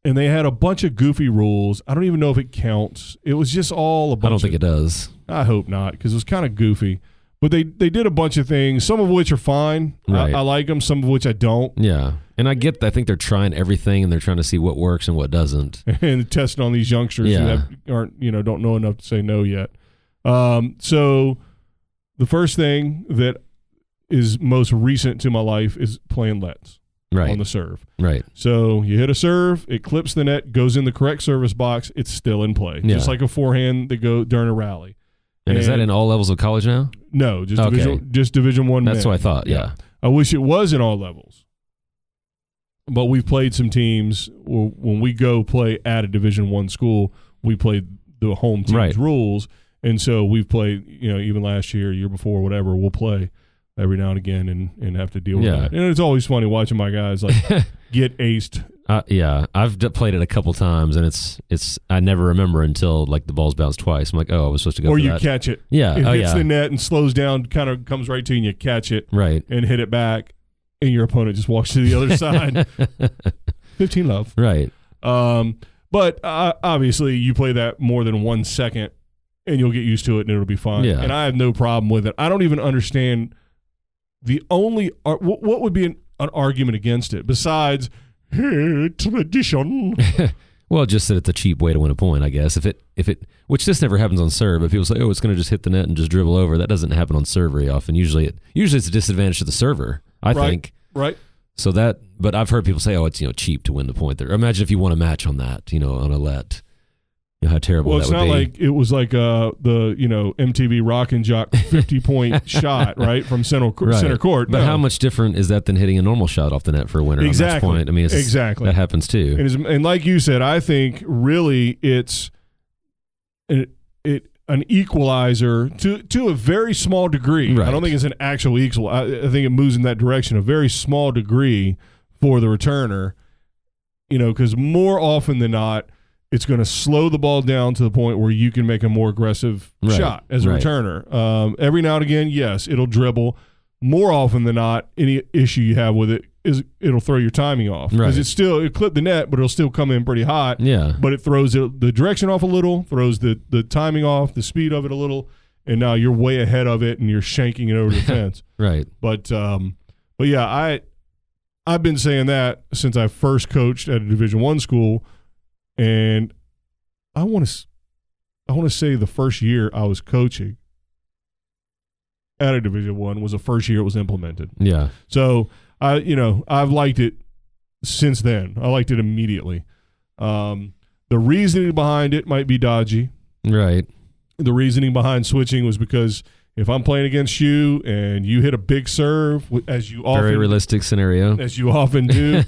B: and they had a bunch of goofy rules. I don't even know if it counts. It was just all a bunch.
C: I don't think
B: of,
C: it does.
B: I hope not because it was kind of goofy. But they they did a bunch of things. Some of which are fine.
C: Right.
B: I, I like them. Some of which I don't.
C: Yeah, and I get. I think they're trying everything and they're trying to see what works and what doesn't.
B: <laughs> and testing on these youngsters who
C: Yeah.
B: have, aren't you know don't know enough to say no yet. Um, so the first thing that is most recent to my life is playing lets on
C: Right.
B: the serve.
C: right.
B: So you hit a serve, it clips the net, goes in the correct service box, it's still in play,
C: Yeah.
B: just like a forehand that go during a rally.
C: And, is that
B: And-
C: in all levels of college now?
B: No, just
C: Okay.
B: division, just division one.
C: That's
B: men.
C: what I thought. Yeah.
B: I wish it was in all levels. But we've played some teams wh- when we go play at a Division One school. We played the home team's
C: Right.
B: rules, and so we've played. You know, even last year, year before, whatever, we'll play every now and again and, and have to deal with
C: Yeah.
B: that. And it's always funny watching my guys
C: <laughs>
B: like get aced.
C: Uh, yeah, I've d- played it a couple times, and it's it's I never remember until like the ball's bounced twice. I'm like, oh, I was supposed to go.
B: or
C: for
B: you
C: that.
B: catch it.
C: Yeah.
B: it
C: oh
B: hits
C: yeah.
B: the net and slows down, kind of comes right to you, and you catch it
C: right.
B: and hit it back, and your opponent just walks to the
C: <laughs>
B: other side. Fifteen love.
C: Right.
B: Um, but uh, obviously, you play that more than one second, and you'll get used to it, and it'll be fine.
C: Yeah.
B: And I have no problem with it. I don't even understand the only ar- wh-
C: <laughs>
B: what would be an, an argument against it besides "Hey, tradition.
C: Well, just that it's a cheap way to win a point, I guess. If it if it which this never happens on serve, but people say, "Oh, it's going to just hit the net and just dribble over." That doesn't happen on serve very often. Usually, it usually it's a disadvantage to the server. I
B: Right.
C: think
B: Right.
C: so that. But I've heard people say, "Oh, it's you know cheap to win the point there." Imagine if you won a match on that, you know, on a let. You know, how terrible
B: Well,
C: that
B: it's
C: would
B: not
C: be.
B: like it was like uh, the you know MTV Rock and Jock fifty
C: <laughs>
B: point shot right from center cour-
C: Right.
B: center court.
C: But
B: No.
C: how much different is that than hitting a normal shot off the net for a winner?
B: Exactly.
C: On that point? I mean, it's,
B: Exactly.
C: that happens too.
B: And, as, and like you said, I think really it's it, it an equalizer to to a very small degree. I
C: Right.
B: don't think it's an actual equal. I, I think it moves in that direction, a very small degree for the returner. You know, because more often than not, it's going to slow the ball down to the point where you can make a more aggressive
C: Right.
B: shot as a
C: Right.
B: returner. Um, every now and again, yes, it'll dribble. More often than not, any issue you have with it is it'll throw your timing off because
C: Right.
B: it's still it clipped the net, but it'll still come in pretty hot.
C: Yeah.
B: But it throws it, the direction off a little, throws the the timing off, the speed of it a little, and now you're way ahead of it and you're shanking it over the fence.
C: Right.
B: But um, but yeah, I I've been saying that since I first coached at a Division One school, and I want to I want to say the first year I was coaching at a Division One was the first year it was implemented.
C: Yeah.
B: So I, you know, I've liked it since then. I liked it immediately. Um, the reasoning behind it might be dodgy.
C: Right.
B: The reasoning behind switching was because if I'm playing against you and you hit a big serve, wh- as you
C: Very
B: often
C: realistic scenario.
B: as you often
C: <laughs>
B: do,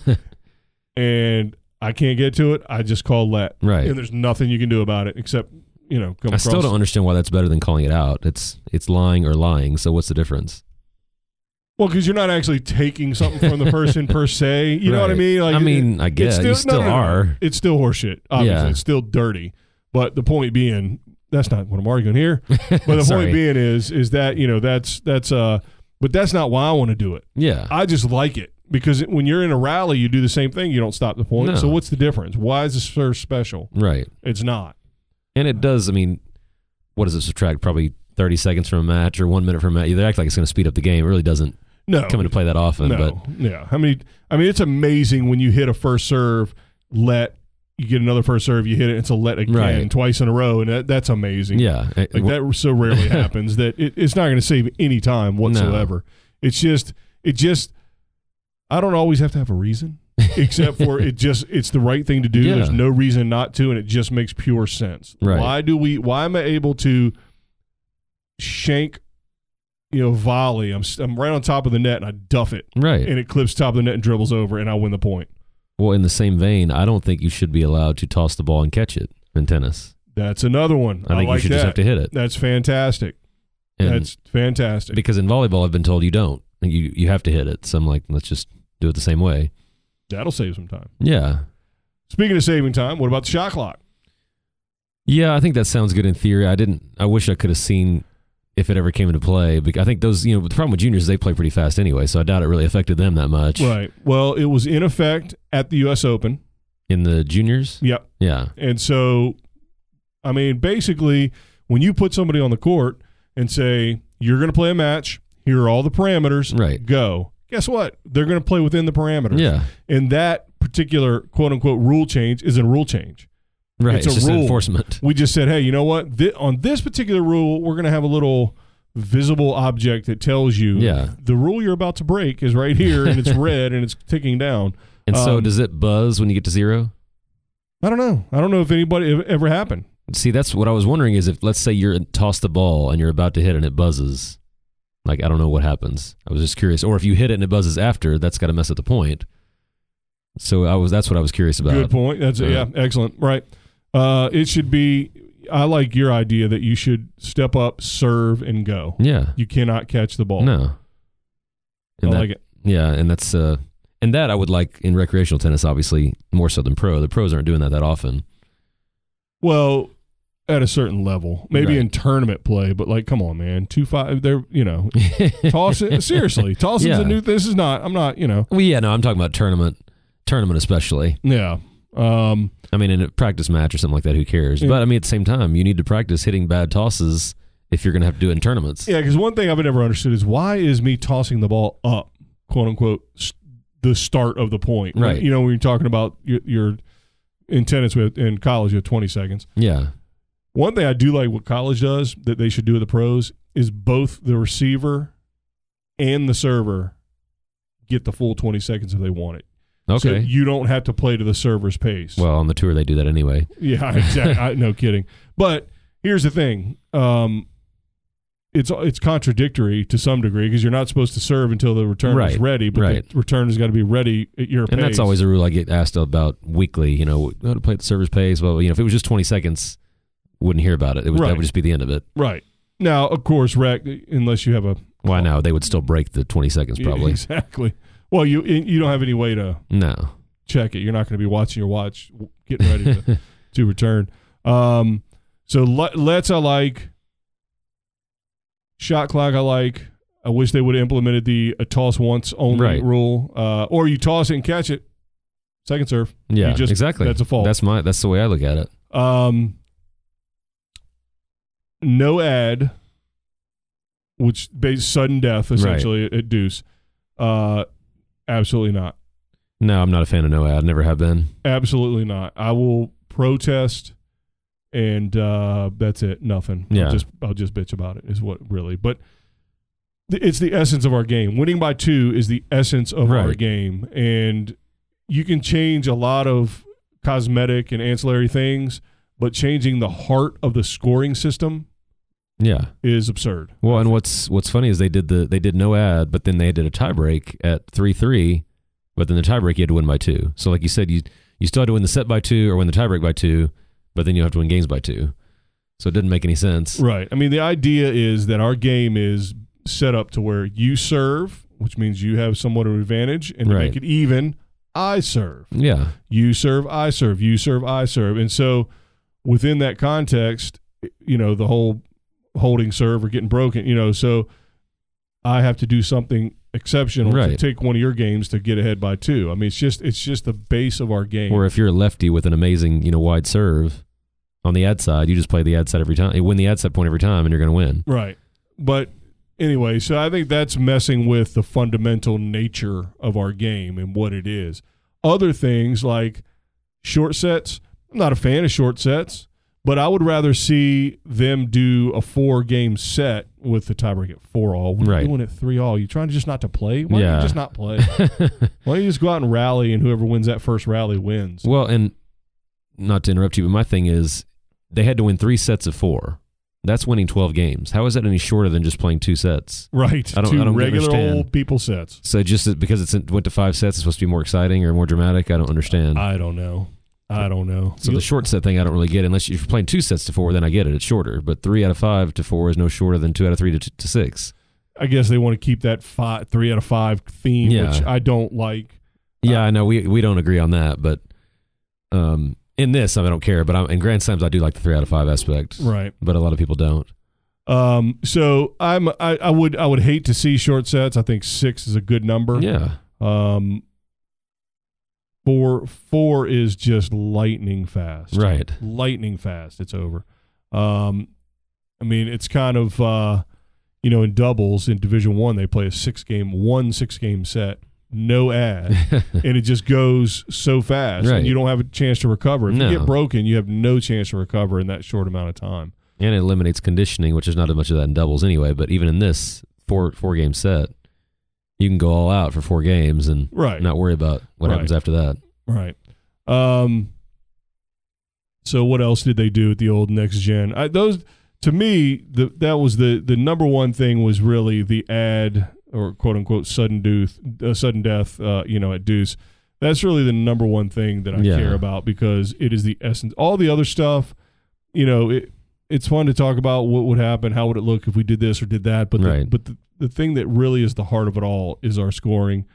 B: and I can't get to it, I just call let.
C: Right.
B: And there's nothing you can do about it except you know come
C: I
B: across.
C: still don't understand why that's better than calling it out. It's it's lying or lying. So what's the difference?
B: Well, because you're not actually taking something from the person per se. You know what I
C: Right.
B: mean?
C: I mean, I
B: it's
C: guess. You still are.
B: It's still horseshit. Obviously,
C: Yeah.
B: it's still dirty. But the point being, that's not what I'm arguing
C: <laughs>
B: here. <laughs> But the point
C: Sorry.
B: being is, is that you know that's that's uh, but that's not why I want to do it.
C: Yeah.
B: I just like it because when you're in a rally, you do the same thing. You don't stop the point.
C: No.
B: So what's the difference? Why is the serve special?
C: right.
B: It's not.
C: And it does. I mean, what does it subtract? Probably thirty seconds from a match or one minute from a match. They act like it's going to speed up the game. It really doesn't
B: No,
C: come into play that often. But
B: No. yeah. How many? I mean, it's amazing when you hit a first serve, let you get another first serve, you hit it, it's a let again
C: Right.
B: twice in a row, and that, that's amazing.
C: yeah, eh, it-
B: like that so rarely
C: <laughs>
B: happens that it, it's not going to save any time whatsoever. It's just it just I don't always have to have a reason,
C: <laughs>
B: except for it just it's the right thing to do.
C: Yeah.
B: There's no reason not to, and it just makes pure sense.
C: Right.
B: Why do we? Why am I able to shank? You know, volley. I'm s- I'm right on top of the net, and I duff it,
C: right.
B: and it clips top of the net and dribbles over, and I win the point.
C: Well, in the same vein, I don't think you should be allowed to toss the ball and catch it in tennis.
B: That's another one.
C: I think
B: like
C: you should
B: that.
C: just have to hit it.
B: That's fantastic.
C: And
B: That's fantastic.
C: because in volleyball, I've been told you don't. You you have to hit it. So I'm like, let's just do it the same way.
B: That'll save some time.
C: Yeah,
B: Speaking of saving time, what about the shot clock?
C: yeah. I think that sounds good in theory. I didn't. I wish I could have seen if it ever came into play. Because I think those. You know, the problem with juniors, they play pretty fast anyway. So I doubt it really affected them that much.
B: Right. Well, it was in effect at the U.S. Open.
C: In the juniors.
B: Yep.
C: Yeah.
B: And so, I mean, basically, when you put somebody on the court and say, you're going to play a match, here are all the parameters,
C: Right.
B: go. Guess what? They're going to play within the parameters.
C: Yeah.
B: And that particular quote unquote rule change is a rule change.
C: Right.
B: It's
C: It's,
B: a
C: just
B: rule.
C: enforcement.
B: We just said, hey, you know what? Thi- on this particular rule, we're going to have a little visible object that tells you
C: Yeah.
B: the rule you're about to break is right here and
C: <laughs>
B: it's red and it's ticking down.
C: And so
B: Um,
C: does it buzz when you get to zero?
B: I don't know. I don't know if anybody it ever happened.
C: See, that's what I was wondering is if let's say you're toss the ball and you're about to hit and it buzzes. Like I don't know what happens. I was just curious. Or if you hit it and it buzzes after, that's got to mess up the point. So I was that's what I was curious about.
B: Good point. That's yeah,
C: Yeah.
B: excellent. Right. Uh, it should be. I like your idea that you should step up, serve, and go.
C: Yeah.
B: You cannot catch the ball.
C: No.
B: I
C: And that-
B: like it.
C: Yeah, and that's uh and that I would like in recreational tennis obviously more so than pro. The pros aren't doing that that often. <laughs>
B: Well, at a certain level, maybe
C: Right.
B: in tournament play, but like, come on, man, two five. They're you know, toss
C: <laughs>
B: it seriously. Tossing's
C: Yeah.
B: a new. This is not. I'm not. You know.
C: Well, yeah, no, I'm talking about tournament tournament especially.
B: Yeah. Um.
C: I mean, in a practice match or something like that, who cares?
B: Yeah.
C: But I mean, at the same time, you need to practice hitting bad tosses if you're going to have to do it in tournaments.
B: Yeah, because one thing I've never understood is why is me tossing the ball up, quote unquote, s the start of the point,
C: Right.
B: You know, when you're talking about your, your in tennis with in college you have 20 seconds.
C: Yeah.
B: One thing I do like what college does that they should do with the pros is both the receiver and the server get the full 20 seconds if they want it. So
C: Okay.
B: you don't have to play to the server's pace.
C: well, on the tour they do that anyway.
B: Yeah, exactly. I, no kidding. But here's the thing: um, it's it's contradictory to some degree because you're not supposed to serve until the return is
C: Right,
B: ready, but
C: right.
B: the return has got to be ready at your
C: And
B: pace.
C: that's always a rule I get asked about weekly. You know, how to play at the server's pace. Well, you know, if it was just 20 seconds, wouldn't hear about it. It would
B: Right.
C: that would just be the end of it.
B: right now. Of course, rec unless you have a
C: Why now? They would still break the 20 seconds
B: <laughs>
C: probably.
B: exactly. Well, you you don't have any way to
C: No.
B: check it. You're not going to be watching your watch, w- getting ready to, to return. Um, so le- let's I like shot clock. I like. I wish they would have implemented the a toss once only
C: Right.
B: rule, uh, or you toss it and catch it, second serve.
C: Yeah.
B: You just-
C: exactly.
B: that's a fault.
C: That's my. That's the way I look at it.
B: Um, no ad, which based sudden death essentially at Deuce. Uh, absolutely not.
C: No, I'm not a fan of no ad. Never have been.
B: Absolutely not. I will protest, and uh, that's it. Nothing.
C: Yeah.
B: I'll just I'll just bitch about it. Is what really. But th- it's the essence of our game. Winning by two is the essence of our
C: Right.
B: game, and you can change a lot of cosmetic and ancillary things, but changing the heart of the scoring system
C: Yeah.
B: is absurd.
C: Well, and what's what's funny is they did the they did no ad, but then they did a tie break at three three, but then the tie break you had to win by two. So like you said, you you still had to win the set by two or win the tie break by two, but then you have to win games by two. So it didn't make any sense.
B: Right. I mean, the idea is that our game is set up to where you serve, which means you have somewhat of an advantage, and to
C: Right.
B: make it even, I serve.
C: Yeah.
B: You serve, I serve. You serve, I serve. And so, within that context, you know, the whole holding serve or getting broken, you know, so I have to do something exceptional to
C: Right.
B: take one of your games to get ahead by two. I mean, it's just it's just the base of our game.
C: Or if you're a lefty with an amazing you know wide serve on the ad side, you just play the ad set every time. You win the ad set point every time, and you're going to win.
B: Right. But anyway, so I think that's messing with the fundamental nature of our game and what it is. Other things like short sets, I'm not a fan of short sets, but I would rather see them do a four game set with the tiebreak at four all. We're
C: Right.
B: doing it three all. You trying to just not to play? Why don't
C: Yeah.
B: you just not play?
C: <laughs>
B: Why don't you just go out and rally and whoever wins that first rally wins?
C: Well, and not to interrupt you, but my thing is they had to win three sets of four. That's winning twelve games. How is that any shorter than just playing two sets?
B: Right.
C: I don't-
B: Two
C: I don't
B: regular
C: understand.
B: old people sets.
C: So just that- because it's it went to five sets, it's supposed to be more exciting or more dramatic. I don't understand.
B: I don't know. I don't know.
C: so the short set thing, I don't really get. Unless you're playing two sets to four, then I get it. It's shorter. But three out of five to four is no shorter than two out of three to, to six.
B: I guess they want to keep that five, three out of five theme,
C: Yeah.
B: which I don't like.
C: Yeah, I know we we don't agree on that, but um, in this I, mean, I don't care. But I'm, in Grand Slams, I do like the three out of five aspect,
B: Right.
C: but a lot of people don't.
B: Um. So I'm. I, I would. I would hate to see short sets. I think six is a good number.
C: Yeah,
B: Um. Four. Four is just lightning fast.
C: right.
B: Lightning fast. It's over. Um. I mean, it's kind of. Uh, you know, in doubles in Division One, they play a six game, one six game set, no ad.
C: <laughs>
B: and it just goes so fast.
C: Right.
B: And you don't have a chance to recover. If
C: No.
B: you get broken, you have no chance to recover in that short amount of time.
C: And it eliminates conditioning, which is not as much of that in doubles anyway. But even in this four four game set, you can go all out for four games and
B: Right.
C: not worry about what
B: Right.
C: happens after that.
B: Right. Um so what else did they do at the old next gen? I, those to me the that was the the number one thing was really the ad or quote unquote sudden death uh, sudden death uh, you know at Deuce. That's really the number one thing that I
C: Yeah.
B: care about because it is the essence. All the other stuff, you know, it it's fun to talk about what would happen, how would it look if we did this or did that, but the,
C: Right.
B: but the, the thing that really is the heart of it all is our scoring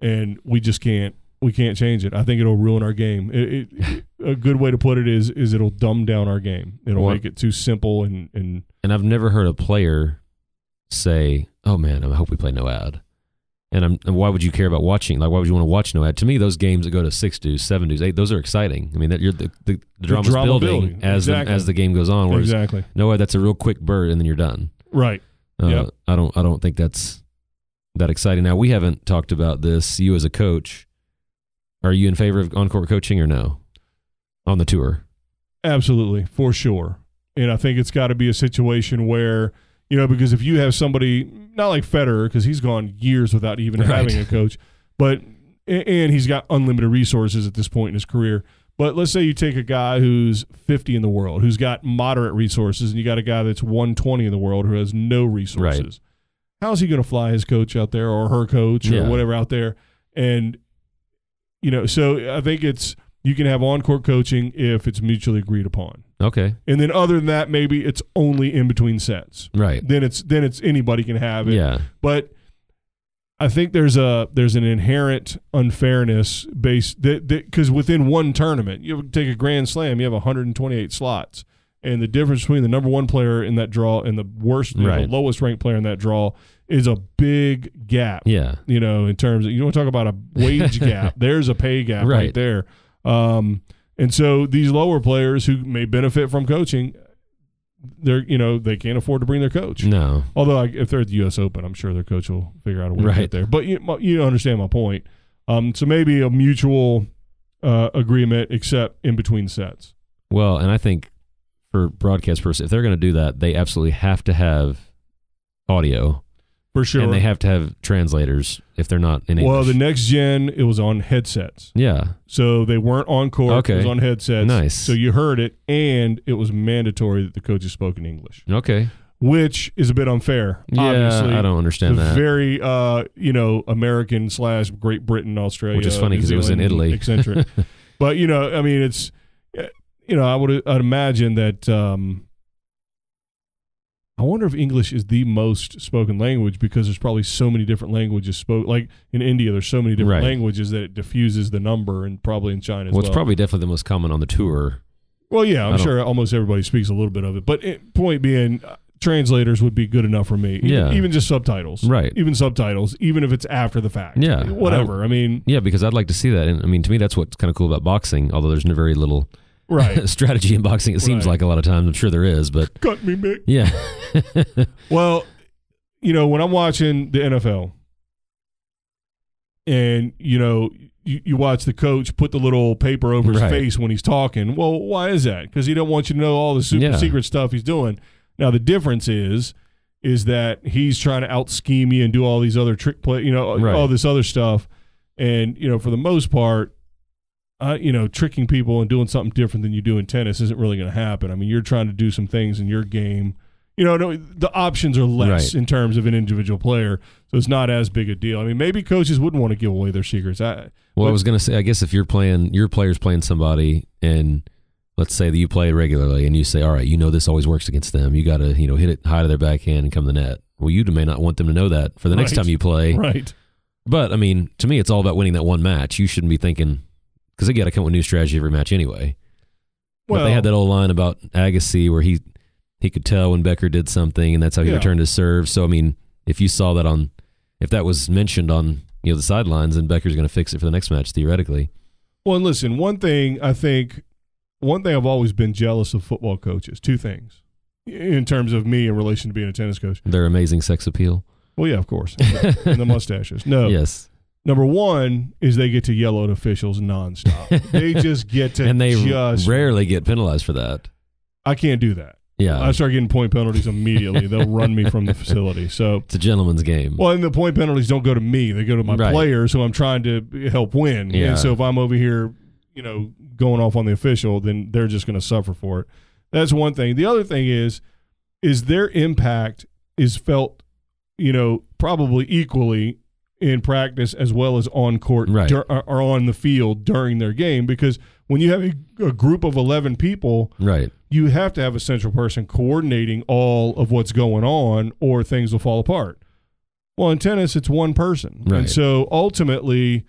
B: and we just can't we can't change it. I think it'll ruin our game. It,
C: <laughs>
B: it, a good way to put it is is it'll dumb down our game. It'll
C: What-
B: make it too simple and and
C: And I've never heard a player say, "Oh man, I hope we play no ad." And I'm, and why would you care about watching? Like, why would you want to watch no ad? To me, those games that go to six dues, seven dues, eight, those are exciting. I mean, that you're the, the, the drama's
B: drama
C: building,
B: building.
C: as
B: Exactly.
C: the, as the game goes on. Whereas
B: exactly
C: no ad, that's a real quick bird, and then you're done.
B: right.
C: Uh,
B: Yep.
C: I don't I don't think that's that exciting. Now we haven't talked about this. You as a coach, are you in favor of on court coaching or no? on the tour.
B: Absolutely, for sure. And I think it's got to be a situation where, you know, because if you have somebody, not like Federer, because he's gone years without even
C: Right.
B: having a coach, but, a- and he's got unlimited resources at this point in his career. But let's say you take a guy who's 50 in the world, who's got moderate resources, and you got a guy that's 120 in the world who has no resources. How's he going to fly his coach out there or her coach
C: Yeah.
B: or whatever out there? And, you know, so I think it's, you can have on court coaching if it's mutually agreed upon.
C: Okay,
B: And then other than that, maybe it's only in between sets.
C: right.
B: Then it's then it's anybody can have it.
C: Yeah,
B: But I think there's a there's an inherent unfairness based that because within one tournament, you take a grand slam, you have 128 slots, and the difference between the number one player in that draw and the worst,
C: Right.
B: the lowest ranked player in that draw is a big gap
C: yeah,
B: you know, in terms of you want to talk about a
C: <laughs>
B: wage gap. There's a pay gap right,
C: Right.
B: there. Um, and so these lower players who may benefit from coaching, they're you know they can't afford to bring their coach.
C: no,
B: Although like, if they're at the U.S. Open, I'm sure their coach will figure out a way to
C: Right.
B: get there. But you, you understand my point. Um, so maybe a mutual uh, agreement, except in between sets.
C: Well, and I think for broadcast person, if they're going to do that, they absolutely have to have audio
B: For sure.
C: and they have to have translators if they're not in English.
B: well, the next gen, it was on headsets.
C: yeah,
B: So they weren't on court. It
C: Okay.
B: was on headsets.
C: Nice.
B: So you heard it, and it was mandatory that the coaches spoke in English,
C: okay,
B: which is a bit unfair.
C: yeah,
B: obviously.
C: I
B: It's
C: don't
B: a
C: understand that.
B: very, uh, you know, American slash Great Britain, Australia,
C: Which is funny
B: New
C: 'cause it was in
B: Zealand
C: Italy. <laughs>
B: eccentric. but you know, I mean, it's, eh, you know, I would I'd imagine that. Um, I wonder if English is the most spoken language because there's probably so many different languages spoke. Like in India, there's so many different
C: Right.
B: languages that it diffuses the number, and probably in China as
C: well,
B: well.
C: it's probably definitely the most common on the tour.
B: Well, yeah, I'm
C: I don't-
B: sure almost everybody speaks a little bit of it. But it, point being, uh, translators would be good enough for me. Even,
C: Yeah.
B: even just subtitles,
C: Right.
B: Even subtitles, even if it's after the fact.
C: Yeah.
B: whatever. I
C: <laughs>
B: mean,
C: Yeah, because I'd like to see that. And I mean, to me, that's what's kind of cool about boxing. Although there's very little
B: right?
C: <laughs> strategy in boxing, it seems
B: Right.
C: like a lot of times. I'm sure there is, but
B: Cut me, Mick.
C: yeah, <laughs>
B: Well, you know, when I'm watching the NFL, and you know, you, you watch the coach put the little paper over his
C: Right.
B: face when he's talking. Well, why is that? Because he don't want you to know all the super
C: Yeah.
B: secret stuff he's doing. Now the difference is, is that he's trying to out scheme you and do all these other trick play, you know,
C: Right.
B: all this other stuff. And you know, for the most part, uh, you know, tricking people and doing something different than you do in tennis isn't really going to happen. I mean, you're trying to do some things in your game. You know, no, the options are less
C: Right.
B: in terms of an individual player, so it's not as big a deal. I mean, maybe coaches wouldn't want to give away their secrets. I,
C: Well,
B: But-
C: I was gonna say, I guess if you're playing, your player's playing somebody, and let's say that you play regularly, and you say, "All right, you know this always works against them. You got to, you know, hit it high to their backhand and come to the net." Well, you may not want them to know that for the next
B: Right.
C: time you play.
B: right?
C: But I mean, to me, it's all about winning that one match. You shouldn't be thinking because they got to come with new strategy every match anyway.
B: Well,
C: but they had that old line about Agassi where he he could tell when Becker did something, and that's how he
B: Yeah.
C: returned his serve. So I mean, if you saw that on, if that was mentioned on you know the sidelines, then Becker's going to fix it for the next match theoretically.
B: Well, and listen, one thing I think, one thing I've always been jealous of football coaches. Two things, in terms of me in relation to being a tennis coach.
C: Their amazing sex appeal.
B: Well, yeah, of
C: <laughs>
B: course, and the mustaches. No,
C: Yes.
B: number one is they get to yell at officials nonstop. they just get to
C: <laughs> And they
B: just
C: rarely get penalized for that.
B: I can't do that.
C: Yeah.
B: I start getting point penalties immediately. They'll run me from the facility. So,
C: it's a gentleman's game.
B: well, and the point penalties don't go to me. They go to my
C: Right.
B: players who I'm trying to help win.
C: Yeah.
B: And so if I'm over here, you know, going off on the official, then they're just going to suffer for it. That's one thing. The other thing is, is their impact is felt, you know, probably equally in practice as well as on court
C: Right.
B: dur- or or on the field during their game. Because when you have a, a group of 11 people –
C: right.
B: you have to have a central person coordinating all of what's going on or things will fall apart. Well, in tennis, it's one person.
C: Right.
B: And so ultimately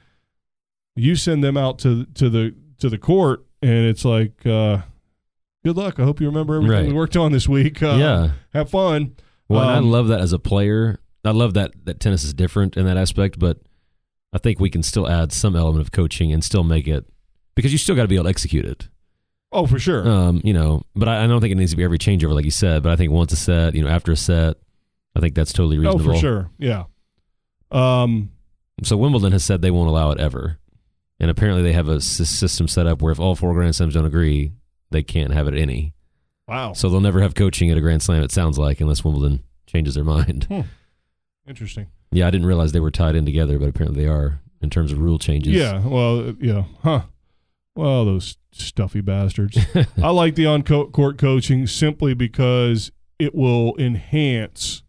B: you send them out to to the to the court and it's like uh good luck. I hope you remember everything
C: Right.
B: we worked on this week. Uh,
C: yeah.
B: Have fun.
C: Well, and I
B: um,
C: love that as a player. I love that that tennis is different in that aspect, but I think we can still add some element of coaching and still make it because you still got to be able to execute it.
B: Oh, for sure.
C: Um, you know, but I, I don't think it needs to be every changeover like you said. But I think once a set, you know, after a set, I think that's totally
B: oh,
C: reasonable.
B: for sure. Yeah. Um
C: So Wimbledon has said they won't allow it ever. And apparently, they have a s- system set up where if all four Grand Slams don't agree, they can't have it at any.
B: Wow.
C: So they'll never have coaching at a Grand Slam. It sounds like unless Wimbledon changes their mind.
B: Interesting.
C: Yeah, I didn't realize they were tied in together, but apparently they are in terms of rule changes.
B: Yeah. Well, uh, yeah. Huh. Well, those stuffy bastards. I like the on co- court coaching simply because it will enhance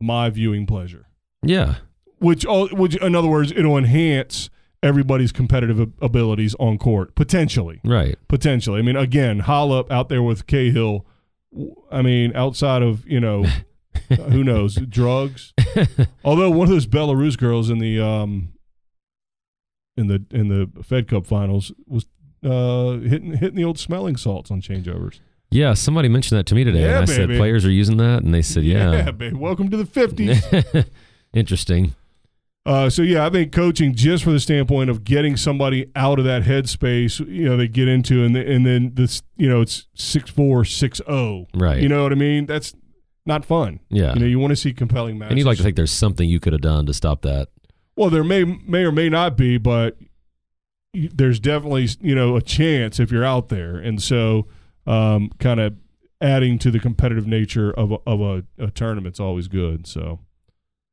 B: my viewing pleasure.
C: <laughs> yeah.
B: Which, all, which, in other words, it'll enhance everybody's competitive ab- abilities on court potentially.
C: Right. <laughs>
B: Potentially. I mean, again, Hollop out there with Cahill. w- I mean, outside of you know, uh, who knows drugs. Although one of those Belarus girls in the um, in the in the Fed Cup finals was uh, hitting hitting the old smelling salts on changeovers.
C: Yeah. Somebody mentioned that to me today,
B: Yeah,
C: and I said
B: baby.
C: players are using that, and they said,
B: <laughs> yeah,
C: "Yeah."
B: babe.
C: <laughs>
B: Welcome to the fifties.
C: Interesting.
B: Uh, so yeah, I think coaching just for the standpoint of getting somebody out of that headspace, you know, they get into, and the, and then this, you know, it's six four six zero.
C: Right.
B: You know what I mean? That's not fun.
C: Yeah.
B: You know, you want to see compelling matches.
C: and you'd like to think there's something you could have done to stop that.
B: Well, there may may or may not be, but y- there's definitely you know a chance if you're out there, and so um, kind of adding to the competitive nature of a, of a, a tournament's always good. So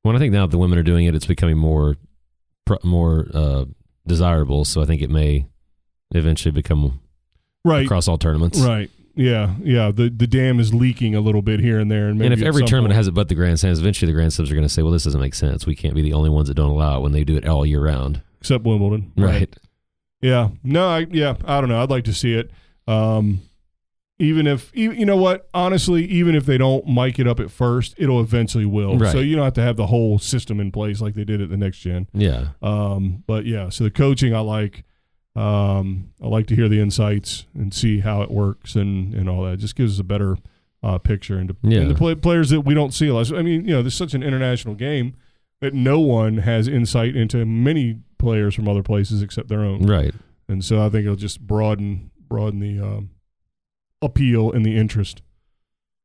C: Well, I think now that the women are doing it, it's becoming more, pr- more uh, desirable. So I think it may eventually become
B: right,
C: across all tournaments.
B: right, yeah, yeah. The the dam is leaking a little bit here and there, and maybe
C: and if
B: at
C: every
B: some
C: tournament
B: point-
C: has it but the Grand Slams, eventually the Grand Slams are going to say, well, this doesn't make sense. We can't be the only ones that don't allow it when they do it all year round.
B: except Wimbledon,
C: Right.
B: Yeah. No, I yeah, I don't know. I'd like to see it. Um even if e- you know what, honestly, even if they don't mic it up at first, it'll eventually will.
C: Right.
B: So you don't have to have the whole system in place like they did at the next gen.
C: Yeah.
B: Um but yeah, so the coaching I like um I like to hear the insights and see how it works and and all that. It just gives us a better uh, picture and, to,
C: Yeah.
B: and the play, players that we don't see a lot. So, I mean, you know, there's such an international game that no one has insight into many players from other places except their own
C: Right.
B: and so I think it'll just broaden broaden the um, appeal and the interest.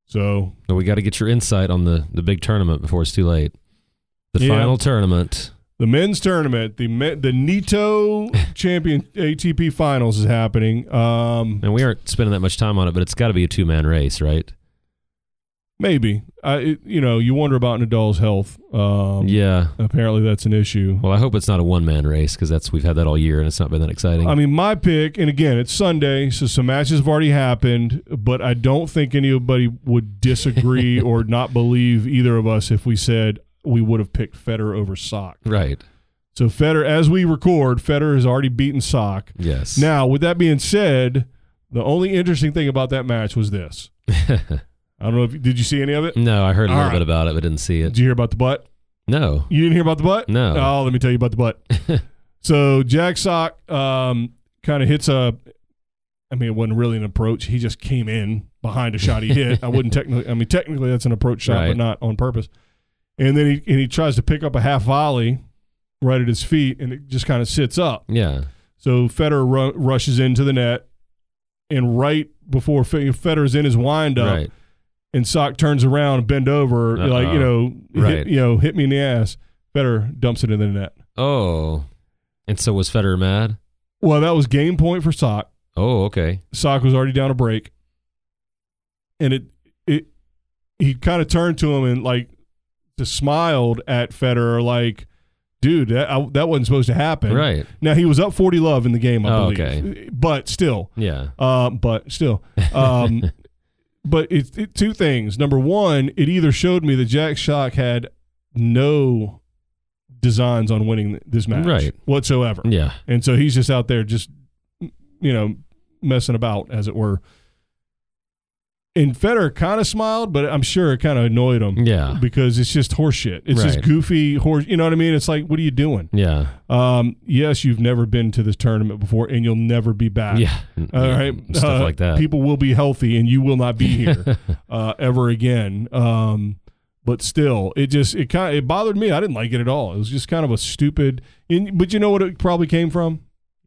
B: So
C: But we got to get your insight on the, the big tournament before it's too late. The
B: Yeah.
C: final tournament.
B: the men's tournament, the me- the
C: <laughs>
B: Nito Champion ATP Finals is happening. Um,
C: And we aren't spending that much time on it, but it's got to be a two man race, right?
B: maybe I it, you know you wonder about Nadal's health. Um,
C: yeah.
B: apparently that's an issue.
C: Well, I hope it's not a one man race because that's we've had that all year and it's not been that exciting.
B: I mean, my pick, and again, it's Sunday, so some matches have already happened, but I don't think anybody would
C: <laughs>
B: disagree or not believe either of us if we said we would have picked Federer over Sock.
C: right.
B: So Federer, as we record, Federer has already beaten Sock.
C: Yes.
B: Now, with that being said, the only interesting thing about that match was this. I don't know if did you see any of it?
C: <laughs> no, I heard a
B: All
C: little
B: right.
C: bit about it, but didn't see
B: Did
C: it.
B: you hear about the butt?
C: No. <laughs>
B: You didn't hear about the butt?
C: No.
B: Oh, let me tell you about the butt. so Jack Sock um, kind of hits a. I mean, it wasn't really an approach. He just came in behind a shot he hit. I
C: <laughs>
B: wouldn't technically. I mean, technically that's an approach shot, but
C: Right.
B: not on purpose. And then he and he tries to pick up a half volley right at his feet, and it just kind of sits up.
C: Yeah.
B: So Federer ru- rushes into the net, and right before Fe- Federer's in his windup,
C: Right.
B: and Sock turns around, and bend over,
C: Uh-uh.
B: like you know, hit,
C: Right.
B: you know, hit me in the ass. Federer dumps it in the net.
C: Oh. And so was Federer mad?
B: Well, that was game point for Sock.
C: Oh, okay.
B: Sock was already down a break, and it it he kind of turned to him and like just smiled at Federer, like, dude, that I, that wasn't supposed to happen.
C: Right.
B: now, he was up forty love in the game, I
C: Oh,
B: believe, but still.
C: Yeah.
B: Um, but still, um, but it, it two things. Number one, it either showed me that Jack Shock had no designs on winning this match
C: Right.
B: whatsoever,
C: <laughs> Yeah.
B: and so he's just out there just you know messing about as it were. And Federer kind of smiled, but I'm sure it kind of annoyed him
C: Yeah.
B: because it's just horseshit. It's just
C: Right.
B: goofy horse. You know what I mean? It's like, what are you doing?
C: Yeah.
B: Um, yes, you've never been to this tournament before, and you'll never be back.
C: Yeah.
B: Uh, All
C: Yeah.
B: right,
C: Stuff
B: Uh,
C: like that.
B: People will be healthy, and you will not be
C: <laughs>
B: here uh, ever again. Um, but still, it just it kind of it bothered me. I didn't like it at all. It was just kind of a stupid. and- but you know what? It probably came from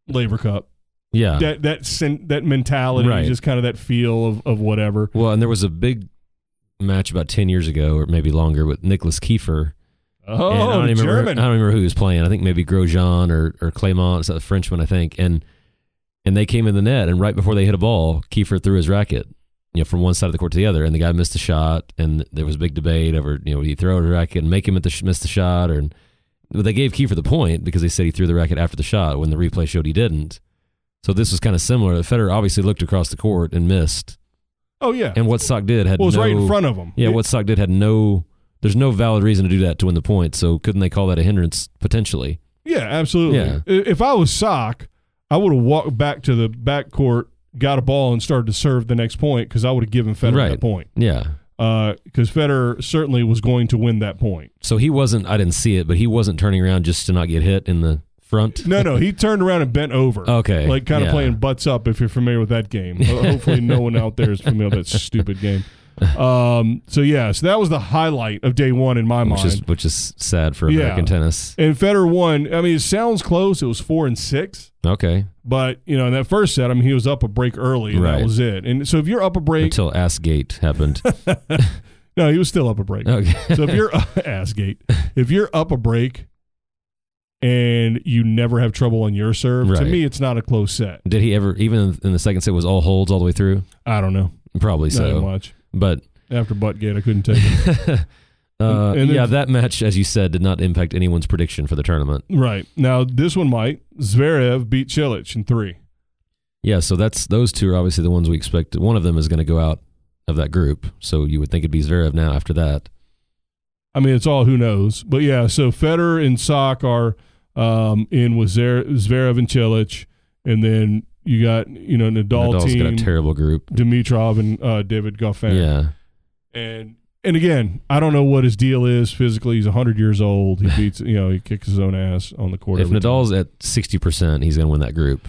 B: Labor Cup.
C: yeah.
B: That that sen- that mentality,
C: Uh. Right.
B: just kind of that feel of of whatever.
C: Well, and there was a big match about 10 years ago or maybe longer with Nicholas Kiefer
B: Oh,
C: and I don't
B: the
C: even remember.
B: German.
C: I don't remember who was playing. I think maybe Grosjean or or Clément, the Frenchman, I think. And and they came in the net, and right before they hit a ball, Kiefer threw his racket, you know, from one side of the court to the other, and the guy missed a shot, and there was a big debate over you know would he throw the racket and make him at the sh- miss the shot, or but they gave Kiefer the point because they said he threw the racket after the shot when the replay showed he didn't. So this was kind of similar. Federer obviously looked across the court and missed,
B: oh yeah,
C: and what Sock did had
B: well, it was
C: no,
B: right in front of him.
C: yeah, what Sock did had no. There's no valid reason to do that to win the point. So couldn't they call that a hindrance potentially?
B: Yeah, absolutely.
C: Yeah.
B: I- If I was Sock, I would have walked back to the back court, got a ball, and started to serve the next point because I would have given Federer
C: Right.
B: that point
C: Yeah.
B: because Federer certainly was going to win that point.
C: So he wasn't. I didn't see it, but he wasn't turning around just to not get hit in the front.
B: No, no, he turned around and bent over.
C: Okay,
B: like kind of
C: yeah.
B: playing butts up. If you're familiar with that game, Ho- hopefully no one out there is familiar with
C: <laughs>
B: that stupid game. Um, so yeah, so that was the highlight of day one in my
C: which
B: mind.
C: is which is sad for
B: Yeah.
C: American tennis.
B: and Federer won. I mean, it sounds close. It was four and six.
C: Okay.
B: But you know, in that first set, I mean, he was up a break early, and
C: Right.
B: that was it. And so, if you're up a break,
C: Until
B: <laughs>
C: Assgate happened.
B: no, he was still up a break.
C: Okay. <laughs>
B: so if you're <laughs> ass gate, if you're up a break, and you never have trouble on your serve, to
C: Right.
B: me, it's not a close set.
C: Did he ever? Even in the second set, was all holds all the way through.
B: I don't know,
C: Probably
B: not that
C: so.
B: much
C: But
B: after Buttgate, I couldn't take it. <laughs>
C: <laughs> uh,
B: And then-
C: yeah, that match, as you said, did not impact anyone's prediction for the tournament.
B: right now, this one might Zverev beat Chilich in three.
C: Yeah, so that's those two are obviously the ones we expect. One of them is going to go out of that group, so you would think it'd be Zverev now after that.
B: I mean, it's all who knows. But yeah, so Federer and Sock are um, in with Zer- Zverev and Chilich, and then you got you know Nadal
C: Nadal's got
B: team,
C: a terrible group.
B: Dimitrov and uh, David Goffin.
C: Yeah,
B: and and again, I don't know what his deal is physically. He's hundred years old. He
C: <laughs>
B: beats you know he kicks his own ass on the court.
C: if
B: every time.
C: Nadal's at sixty percent, he's going to win that group.